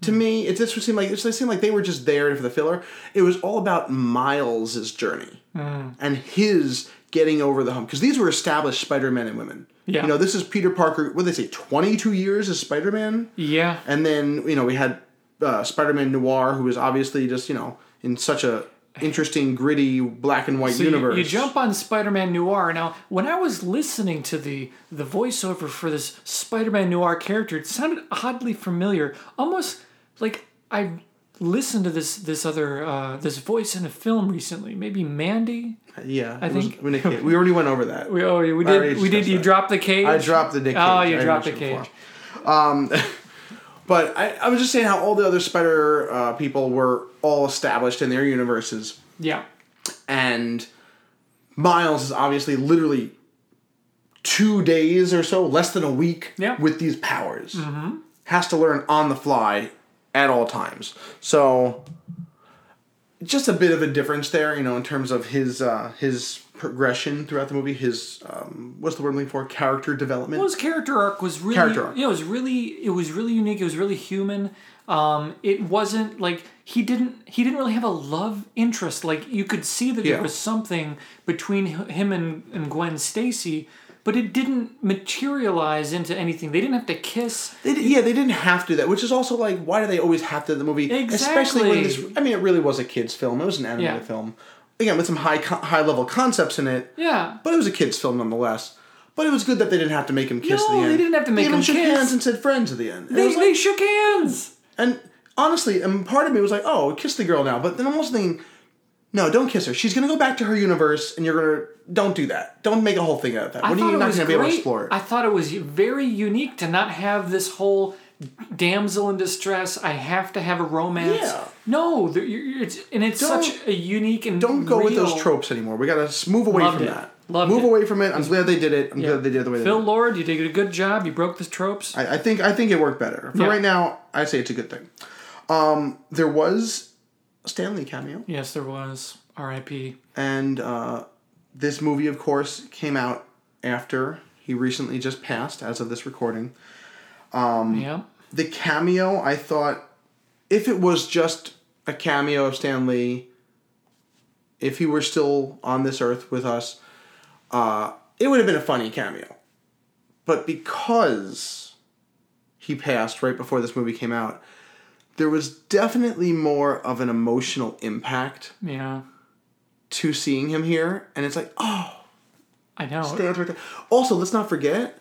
Speaker 1: To me, it just seemed like it just seemed like they were just there for the filler. It was all about Miles' journey and his getting over the hump because these were established Spider Men and women.
Speaker 2: Yeah.
Speaker 1: You know, this is Peter Parker. What do they say? Twenty two years as Spider Man.
Speaker 2: yeah.
Speaker 1: And then you know we had uh, Spider-Man Noir, who was obviously just you know in such a interesting, gritty black and white
Speaker 2: So you-
Speaker 1: universe.
Speaker 2: You, jump on Spider-Man Noir. Now, when I was listening to the the voiceover for this Spider-Man Noir character, it sounded oddly familiar, almost like I listened to this this other uh, this voice in a film recently, maybe Mandy.
Speaker 1: yeah, I
Speaker 2: think-
Speaker 1: we,
Speaker 2: *laughs*
Speaker 1: we already went over that.
Speaker 2: We, oh, we
Speaker 1: already
Speaker 2: did. We did.
Speaker 1: discussed
Speaker 2: You
Speaker 1: that.
Speaker 2: dropped the cage.
Speaker 1: I dropped the Nick Cage.
Speaker 2: Oh, you
Speaker 1: I
Speaker 2: dropped the
Speaker 1: mentioned Um,
Speaker 2: cage.
Speaker 1: *laughs* But I, I was just saying how all the other Spider uh, people were all established in their universes,
Speaker 2: Yeah.
Speaker 1: and Miles is obviously literally two days or so, less than a week,
Speaker 2: Yeah.
Speaker 1: with these powers. Has to learn on the fly at all times. So, just a bit of a difference there, you know, in terms of his uh, his progression throughout the movie. His um, what's the word I'm looking for? Character development.
Speaker 2: Well, his character arc was really
Speaker 1: Character arc.
Speaker 2: Yeah, it was really it was really unique. It was really human. Um, it wasn't like he didn't he didn't really have a love interest. Like you could see that
Speaker 1: Yeah.
Speaker 2: there was something between h- him and, and Gwen Stacy, but it didn't materialize into anything. They didn't have to kiss.
Speaker 1: They, di- yeah, they didn't have to do that, which is also like, why do they always have to in the movie? Especially when this,
Speaker 2: Exactly.
Speaker 1: I mean, it really was a kids' film. It was an animated
Speaker 2: Yeah.
Speaker 1: film, again with some high co- high level concepts in it.
Speaker 2: Yeah.
Speaker 1: But it was a kids' film nonetheless. But it was good that they didn't have to make him kiss at
Speaker 2: No,
Speaker 1: the end.
Speaker 2: they didn't have to make
Speaker 1: they even
Speaker 2: him
Speaker 1: shook
Speaker 2: kiss.
Speaker 1: hands and said friends at the end. And, it
Speaker 2: They,
Speaker 1: was like-
Speaker 2: they shook hands.
Speaker 1: and honestly, and part of me was like, oh, kiss the girl now. But then I'm also thinking, no, don't kiss her. She's gonna go back to her universe, and you're gonna don't do that. Don't make a whole thing out of that. What are
Speaker 2: thought
Speaker 1: you
Speaker 2: it
Speaker 1: not
Speaker 2: was
Speaker 1: gonna be able to
Speaker 2: great.
Speaker 1: explore? It?
Speaker 2: I thought it was very unique to not have this whole damsel in distress. I have to have a romance.
Speaker 1: Yeah.
Speaker 2: No, there- you- you- it's and it's
Speaker 1: Don't-
Speaker 2: such a unique and
Speaker 1: Don't go with those
Speaker 2: real-
Speaker 1: tropes anymore. We gotta s- move away
Speaker 2: Loved
Speaker 1: from
Speaker 2: it.
Speaker 1: that.
Speaker 2: Loved
Speaker 1: move
Speaker 2: it.
Speaker 1: away from it. I'm glad they did it. I'm glad they did it the way they
Speaker 2: Phil
Speaker 1: did.
Speaker 2: Lord, you did a good job. You broke the tropes.
Speaker 1: it. I, I think I think it worked better. For
Speaker 2: Yeah.
Speaker 1: right now, I say it's a good thing. Um, there was a Stanley cameo,
Speaker 2: yes, there was R.I.P.
Speaker 1: and uh, this movie, of course, came out after he recently just passed, as of this recording. Um,
Speaker 2: yeah,
Speaker 1: The cameo, I thought, if it was just a cameo of Stan Lee, if he were still on this earth with us, uh, it would have been a funny cameo. But because he passed right before this movie came out, there was definitely more of an emotional impact
Speaker 2: yeah.
Speaker 1: to seeing him here. And it's like, oh,
Speaker 2: I know.
Speaker 1: Stan's right there. Also, let's not forget,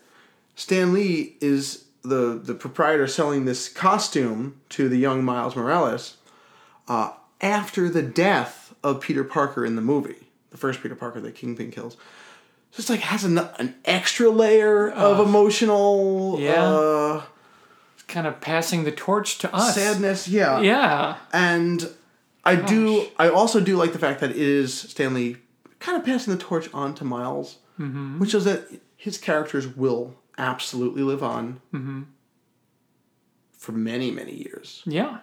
Speaker 1: Stan Lee is the the proprietor selling this costume to the young Miles Morales uh, after the death of Peter Parker in the movie, the first Peter Parker that Kingpin kills. Just like has an, an extra layer of emotional
Speaker 2: yeah.
Speaker 1: uh,
Speaker 2: It's kind of passing the torch to us.
Speaker 1: sadness,
Speaker 2: Yeah.
Speaker 1: and I do.
Speaker 2: Gosh.
Speaker 1: I also do like the fact that it is Stanley kind of passing the torch on to Miles,
Speaker 2: Mm-hmm.
Speaker 1: which is that his characters will
Speaker 2: Mm-hmm.
Speaker 1: absolutely live on for many, many years.
Speaker 2: Yeah.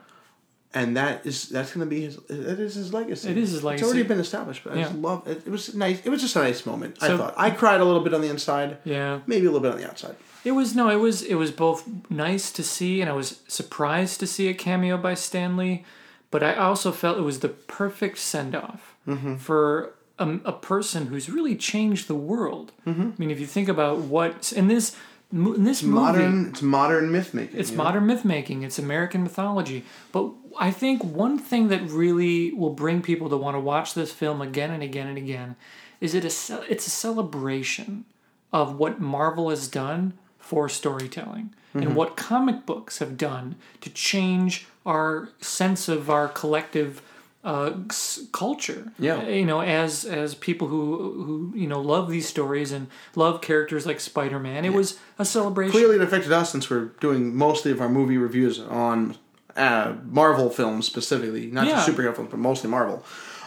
Speaker 1: and that is that's going to be his that is his legacy.
Speaker 2: It is his legacy.
Speaker 1: It's already been established, but I just
Speaker 2: Yeah.
Speaker 1: love it. It was nice. It was just a nice moment. I
Speaker 2: So-
Speaker 1: thought I cried a little bit on the inside,
Speaker 2: Yeah.
Speaker 1: maybe a little bit on the outside.
Speaker 2: It was no, it was it was both nice to see and I was surprised to see a cameo by Stanley, but I also felt it was the perfect send off for a, a person who's really changed the world. I mean, if you think about what in this mo- in this movie,
Speaker 1: Modern, it's modern myth making.
Speaker 2: it's modern myth making. It's American mythology. But I think one thing that really will bring people to want to watch this film again and again and again is it a ce- it's a celebration of what Marvel has done for storytelling and what comic books have done to change our sense of our collective uh, s- culture. Uh,
Speaker 1: Yeah.
Speaker 2: you know, as as people who who you know love these stories and love characters like Spider Man, it was a celebration.
Speaker 1: clearly it affected us since we're doing mostly of our movie reviews on uh, Marvel films specifically, not just
Speaker 2: Yeah.
Speaker 1: superhero films, but mostly Marvel.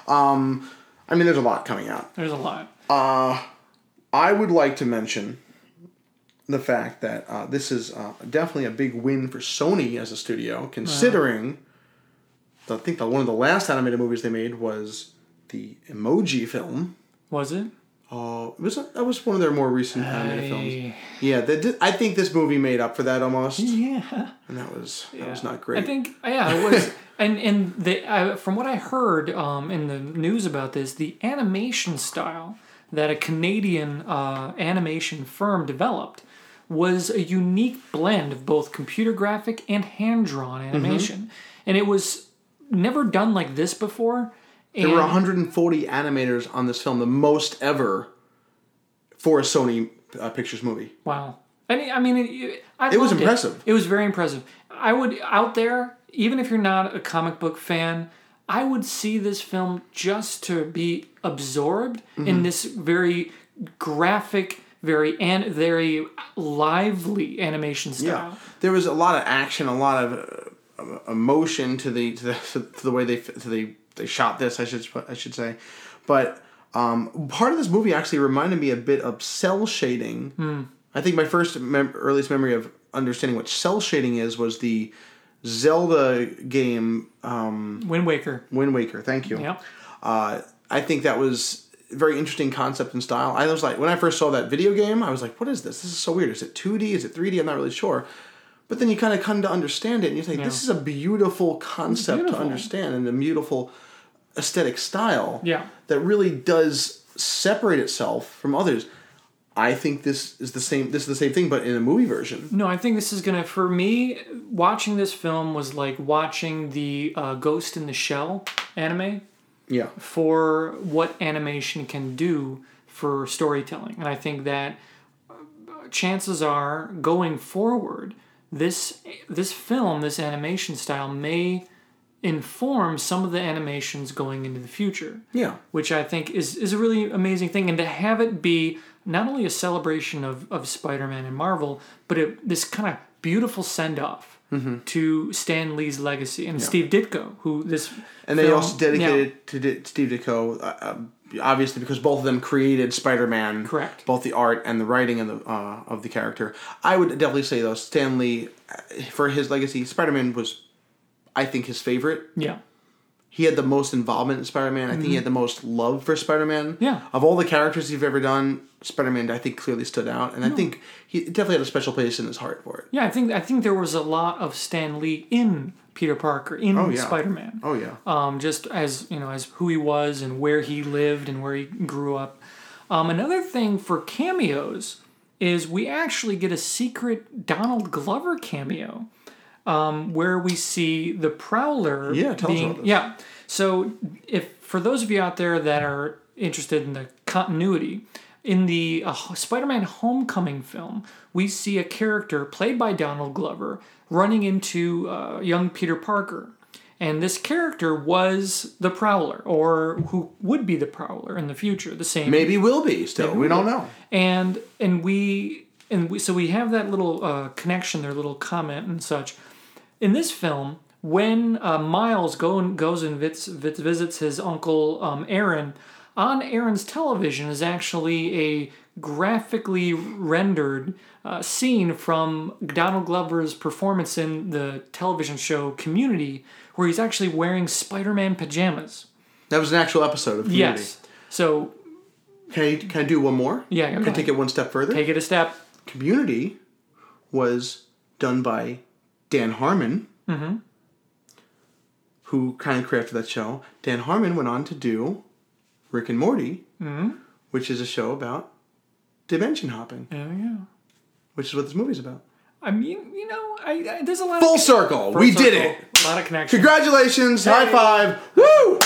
Speaker 1: Um, I mean, there's a lot coming out.
Speaker 2: There's a lot.
Speaker 1: I would like to mention the fact that uh, this is uh, definitely a big win for Sony as a studio, considering the- I think that one of the last animated movies they made was the Emoji film.
Speaker 2: Was it?
Speaker 1: Oh, was that, that was one of their more recent animated films.
Speaker 2: I-
Speaker 1: Yeah, that did, I think this movie made up for that almost,
Speaker 2: Yeah.
Speaker 1: and that was that was not great.
Speaker 2: I think yeah, it was. *laughs* and and the uh, from what I heard um, in the news about this, the animation style that a Canadian uh, animation firm developed was a unique blend of both computer graphic and hand drawn
Speaker 1: Mm-hmm.
Speaker 2: animation, and it was never done like this before. And
Speaker 1: There were 140 animators on this film, the most ever for a Sony uh, Pictures movie.
Speaker 2: Wow. I mean, I mean, it, I
Speaker 1: It was
Speaker 2: loved
Speaker 1: impressive.
Speaker 2: It. was very impressive. I would out there, even if you're not a comic book fan, I would see this film just to be absorbed
Speaker 1: Mm-hmm.
Speaker 2: in this very graphic, very and very lively animation style.
Speaker 1: there was a lot of action, a lot of uh, emotion to the to the, to the way they to the they shot this. I should I should say, but um, part of this movie actually reminded me a bit of cell shading. I think my first mem- earliest memory of understanding what cell shading is was the Zelda game
Speaker 2: Wind Waker.
Speaker 1: Wind Waker. Thank you.
Speaker 2: Yep.
Speaker 1: Uh, I think that was a very interesting concept and style. I was like, when I first saw that video game, I was like, what is this? This is so weird. Is it 2D? Is it 3D? I'm not really sure. But then you kind of come to understand it, and you think this is a beautiful concept
Speaker 2: Beautiful.
Speaker 1: to understand and a beautiful aesthetic style
Speaker 2: Yeah.
Speaker 1: that really does separate itself from others. I think this is the same. This is the same thing, but in a movie version.
Speaker 2: No, I think this is gonna. For me, watching this film was like watching the uh, Ghost in the Shell anime.
Speaker 1: Yeah,
Speaker 2: for what animation can do for storytelling. And I think that uh, chances are going forward, this this film, this animation style may inform some of the animations going into the future
Speaker 1: yeah.
Speaker 2: which I think is, is a really amazing thing. And to have it be not only a celebration of, of Spider Man and Marvel, but it, this kind of beautiful send off
Speaker 1: Mm-hmm.
Speaker 2: to Stan Lee's legacy and Steve Ditko, who this.
Speaker 1: And they
Speaker 2: film-
Speaker 1: also dedicated it to D- Steve Ditko, uh, uh, obviously because both of them created Spider-Man.
Speaker 2: Correct.
Speaker 1: Both the art and the writing of the uh, of the character. I would definitely say though, Stanley, for his legacy, Spider-Man was, I think, his favorite.
Speaker 2: Yeah.
Speaker 1: He had the most involvement in Spider-Man. I think he had the most love for Spider-Man.
Speaker 2: Yeah.
Speaker 1: Of all the characters he's ever done, Spider-Man I think clearly stood out, and I think he definitely had a special place in his heart for it.
Speaker 2: Yeah, I think I think there was a lot of Stan Lee in Peter Parker, in
Speaker 1: yeah.
Speaker 2: Spider Man.
Speaker 1: Oh yeah.
Speaker 2: um, just as you know, as who he was and where he lived and where he grew up. Um, another thing for cameos is we actually get a secret Donald Glover cameo, um, where we see the Prowler.
Speaker 1: Yeah, tell us
Speaker 2: being,
Speaker 1: about this.
Speaker 2: yeah. So if for those of you out there that are interested in the continuity. In the uh, Spider-Man: Homecoming film, we see a character played by Donald Glover running into uh, young Peter Parker, and this character was the Prowler, or who would be the Prowler in the future, the same.
Speaker 1: Maybe will be still. We don't know.
Speaker 2: And and we and we, so we have that little uh, connection, their little comment and such. In this film, when uh, Miles go and goes and vits, vits, visits his uncle um, Aaron, on Aaron's television is actually a graphically rendered uh, scene from Donald Glover's performance in the television show Community, where he's actually wearing Spider Man pajamas.
Speaker 1: That was an actual episode of Community.
Speaker 2: Yes. So,
Speaker 1: Can I, can I do one more?
Speaker 2: Yeah, go
Speaker 1: Can I
Speaker 2: ahead.
Speaker 1: take it one step further?
Speaker 2: take it a step.
Speaker 1: Community was done by Dan Harmon,
Speaker 2: Mm-hmm.
Speaker 1: who kind of created that show. Dan Harmon went on to do Rick and Morty,
Speaker 2: Mm-hmm.
Speaker 1: which is a show about dimension hopping,
Speaker 2: There we go.
Speaker 1: which is what this movie's about.
Speaker 2: I mean, you know, I, I there's a lot
Speaker 1: Full
Speaker 2: of.
Speaker 1: circle. we did
Speaker 2: circle,
Speaker 1: it.
Speaker 2: A lot of connection.
Speaker 1: Congratulations. High
Speaker 2: Hey.
Speaker 1: five. Woo!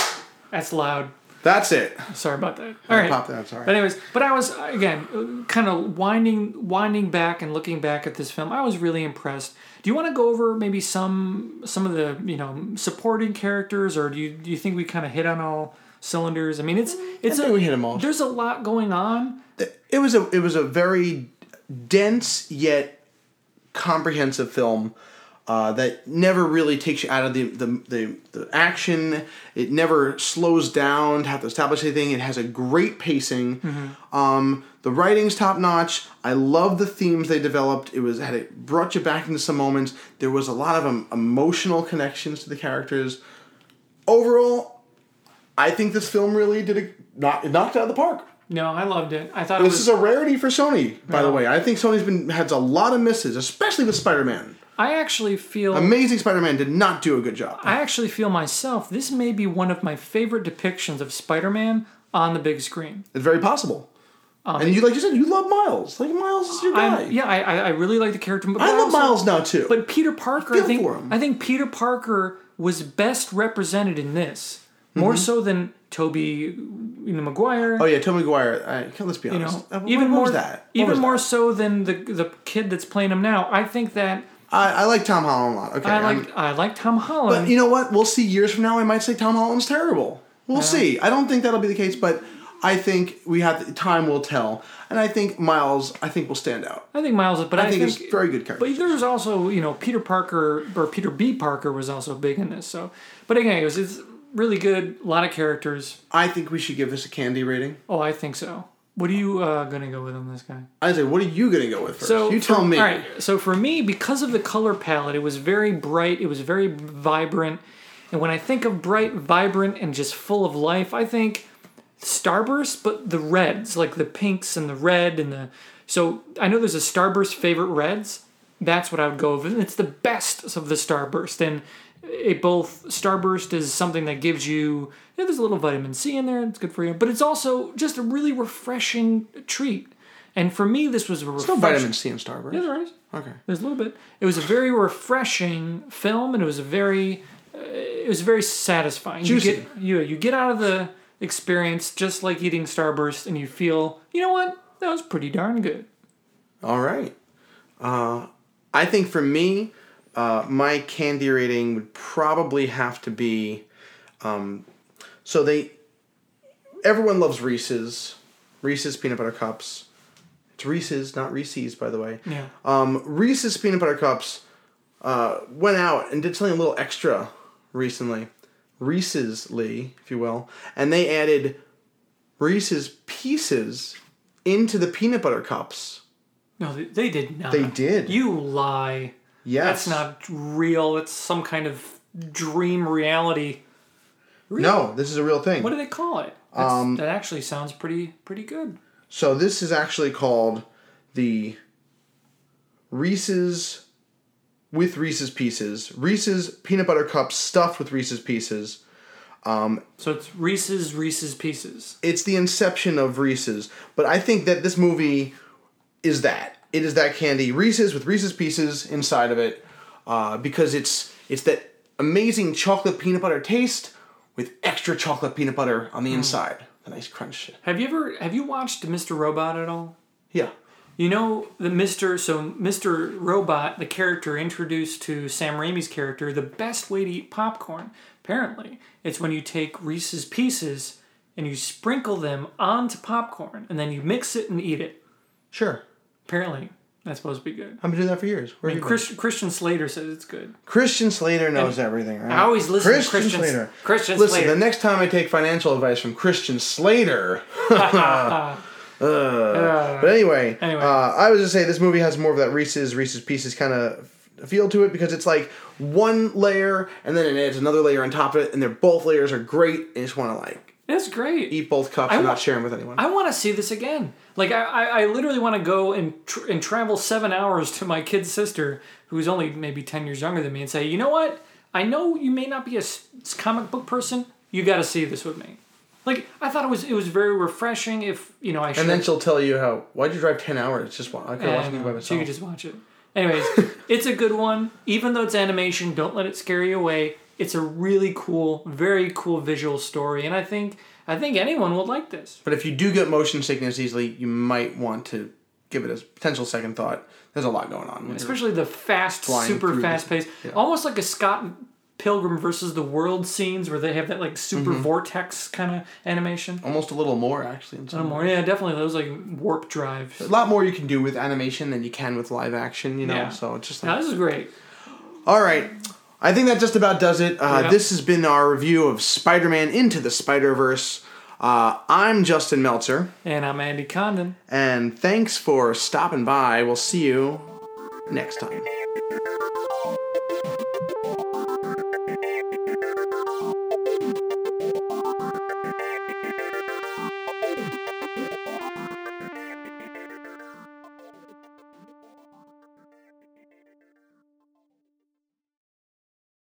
Speaker 2: That's loud.
Speaker 1: That's it.
Speaker 2: Sorry about that. All right.
Speaker 1: Pop that. I'm sorry.
Speaker 2: But anyways, but I was again kind of winding winding back and looking back at this film. I was really impressed. Do you want to go over maybe some some of the you know supporting characters, or do you do you think we kind of hit on all cylinders? I mean, it's it's
Speaker 1: Mm, think
Speaker 2: a,
Speaker 1: we hit 'em all.
Speaker 2: There's a lot going on.
Speaker 1: it was a it was a very dense yet comprehensive film uh, that never really takes you out of the the, the the action. It never slows down to have to establish anything. It has a great pacing. Um, the writing's top notch. I love the themes they developed. It was had it brought you back into some moments. There was a lot of um, emotional connections to the characters. Overall, I think this film really did a knock, it knocked it out of the park.
Speaker 2: No, I loved it. I thought it
Speaker 1: This
Speaker 2: was.
Speaker 1: is a rarity for Sony, by the
Speaker 2: Yeah.
Speaker 1: way. I think Sony's been had a lot of misses, especially with Spider-Man.
Speaker 2: I actually feel.
Speaker 1: Amazing Spider-Man did not do a good job.
Speaker 2: I actually feel myself. This may be one of my favorite depictions of Spider-Man on the big screen.
Speaker 1: it's very possible. and you, like you said, you love Miles. Like Miles is your guy.
Speaker 2: I, Oh, yeah, I, I I really like the character. But
Speaker 1: I love
Speaker 2: also-
Speaker 1: Miles now too.
Speaker 2: But Peter Parker, I,
Speaker 1: feel
Speaker 2: think,
Speaker 1: for him.
Speaker 2: I think Peter Parker was best represented in this, more
Speaker 1: Mm-hmm.
Speaker 2: so than Toby you know, Maguire.
Speaker 1: oh yeah, Tom McGuire. I, let's be honest.
Speaker 2: you know,
Speaker 1: Uh,
Speaker 2: even
Speaker 1: what
Speaker 2: more
Speaker 1: was that? What
Speaker 2: even
Speaker 1: was
Speaker 2: more
Speaker 1: that?
Speaker 2: so than the the kid that's playing him now. I think that
Speaker 1: I, I like Tom Holland a lot. Okay,
Speaker 2: I
Speaker 1: I'm-
Speaker 2: like I like Tom Holland.
Speaker 1: But you know what? We'll see years from now. I might say Tom Holland's terrible. We'll see. I don't think that'll be the case, but I think we have time will tell. And I think Miles, I think will stand out.
Speaker 2: I think Miles, but
Speaker 1: I,
Speaker 2: I,
Speaker 1: think, it's very good character.
Speaker 2: But there's also, you know, Peter Parker or Peter B. Parker was also big in this. So, but again, it was, it's really good. A lot of characters.
Speaker 1: I think we should give this a candy rating.
Speaker 2: Oh, I think so. What are you uh, gonna go with on this guy?
Speaker 1: Isaac, what are you gonna go with first?
Speaker 2: So
Speaker 1: you tell
Speaker 2: for-
Speaker 1: me.
Speaker 2: All right. So for me, because of the color palette, it was very bright. It was very vibrant. And when I think of bright, vibrant, and just full of life, I think starburst, but the reds, like the pinks and the red and the. So I know there's a starburst favorite reds. That's what I would go with. And it's the best of the starburst. And it both starburst is something that gives you yeah, there's a little vitamin C in there. It's good for you, but it's also just a really refreshing treat. And for me, this was a refreshing.
Speaker 1: No vitamin C in Starburst.
Speaker 2: Yeah, there is.
Speaker 1: Okay.
Speaker 2: There's a little bit. It was a very refreshing film, and it was a very, uh, it was very satisfying.
Speaker 1: Juicy.
Speaker 2: You get you you get out of the experience just like eating Starburst, and you feel you know what that was pretty darn good.
Speaker 1: All right. Uh, I think for me, uh, my candy rating would probably have to be. Um, so they, everyone loves Reese's, Reese's peanut butter cups. It's Reese's, not Reese's, by the way.
Speaker 2: Yeah.
Speaker 1: Um, Reese's peanut butter cups uh, went out and did something a little extra recently, Reese's Lee, if you will, and they added Reese's pieces into the peanut butter cups.
Speaker 2: No, they, they did not.
Speaker 1: They did.
Speaker 2: You lie.
Speaker 1: Yes.
Speaker 2: That's not real. It's some kind of dream reality.
Speaker 1: No, this is a real thing.
Speaker 2: What do they call it? That's, that actually sounds pretty pretty good.
Speaker 1: so this is actually called the Reese's with Reese's Pieces, Reese's peanut butter cups stuffed with Reese's Pieces.
Speaker 2: So it's Reese's Reese's Pieces.
Speaker 1: It's the inception of Reese's, but I think that this movie is that. It is that candy, Reese's with Reese's Pieces inside of it, uh, because it's it's that amazing chocolate peanut butter taste with extra chocolate peanut butter on the inside. A nice crunch.
Speaker 2: Have you ever have you watched Mr. Robot at all?
Speaker 1: Yeah.
Speaker 2: You know the Mister so Mister Robot, the character introduced to Sam Raimi's character, the best way to eat popcorn, apparently, it's when you take Reese's pieces and you sprinkle them onto popcorn and then you mix it and eat it.
Speaker 1: Sure.
Speaker 2: Apparently. That's supposed to be good.
Speaker 1: I've been doing that for years. Where
Speaker 2: And
Speaker 1: have you
Speaker 2: Christian, Christian Slater says it's good.
Speaker 1: been? Christian Slater knows everything, right?
Speaker 3: I always listen to Christian
Speaker 1: Slater.
Speaker 3: Christian
Speaker 1: Listen,
Speaker 3: Slater.
Speaker 1: the next time I take financial advice from Christian Slater. *laughs*
Speaker 2: Uh,
Speaker 1: But anyway,
Speaker 2: Anyway.
Speaker 1: Uh, I was just say this movie has more of that Reese's Reese's Pieces kind of feel to it because it's like one layer and then it adds another layer on top of it, and they're both layers are great. And you just want to like
Speaker 2: it's great.
Speaker 1: eat both cups and
Speaker 2: wa-
Speaker 1: not share them with anyone.
Speaker 2: I want to see this again. Like I, I, I literally want to go and tr- and travel seven hours to my kid's sister, who's only maybe ten years younger than me, and say, you know what? I know you may not be a s- comic book person. You got to see this with me. Like I thought it was it was very refreshing. If you know, I should.
Speaker 1: and then she'll tell you how why'd you drive ten hours? Just wa- I could
Speaker 2: Yeah,
Speaker 1: watch
Speaker 2: I
Speaker 1: it by
Speaker 2: know. So
Speaker 1: myself.
Speaker 2: you could just watch it. Anyways,
Speaker 1: *laughs*
Speaker 2: it's a good one. Even though it's animation, don't let it scare you away. It's a really cool, very cool visual story, and I think I think anyone would like this.
Speaker 1: but if you do get motion sickness easily, you might want to give it a potential second thought. There's a lot going on. when you're-
Speaker 2: especially the fast,
Speaker 1: Flying
Speaker 2: super
Speaker 1: through
Speaker 2: fast
Speaker 1: the-
Speaker 2: pace, almost like a Scott Pilgrim versus the World scenes where they have that like super
Speaker 1: Mm-hmm.
Speaker 2: vortex kind of animation.
Speaker 1: Almost a little more actually. In
Speaker 2: No
Speaker 1: some
Speaker 2: more, yeah, definitely those like warp drives.
Speaker 1: a lot more you can do with animation than you can with live action, you know.
Speaker 2: Yeah.
Speaker 1: So it's just like
Speaker 2: Now this is great.
Speaker 1: All right. I think that just about does it. Uh,
Speaker 2: Yeah.
Speaker 1: This has been our review of Spider Man Into the Spider Verse. Uh, I'm Justin Meltzer,
Speaker 2: And I'm Andy Condon.
Speaker 1: and thanks for stopping by. We'll see you next time.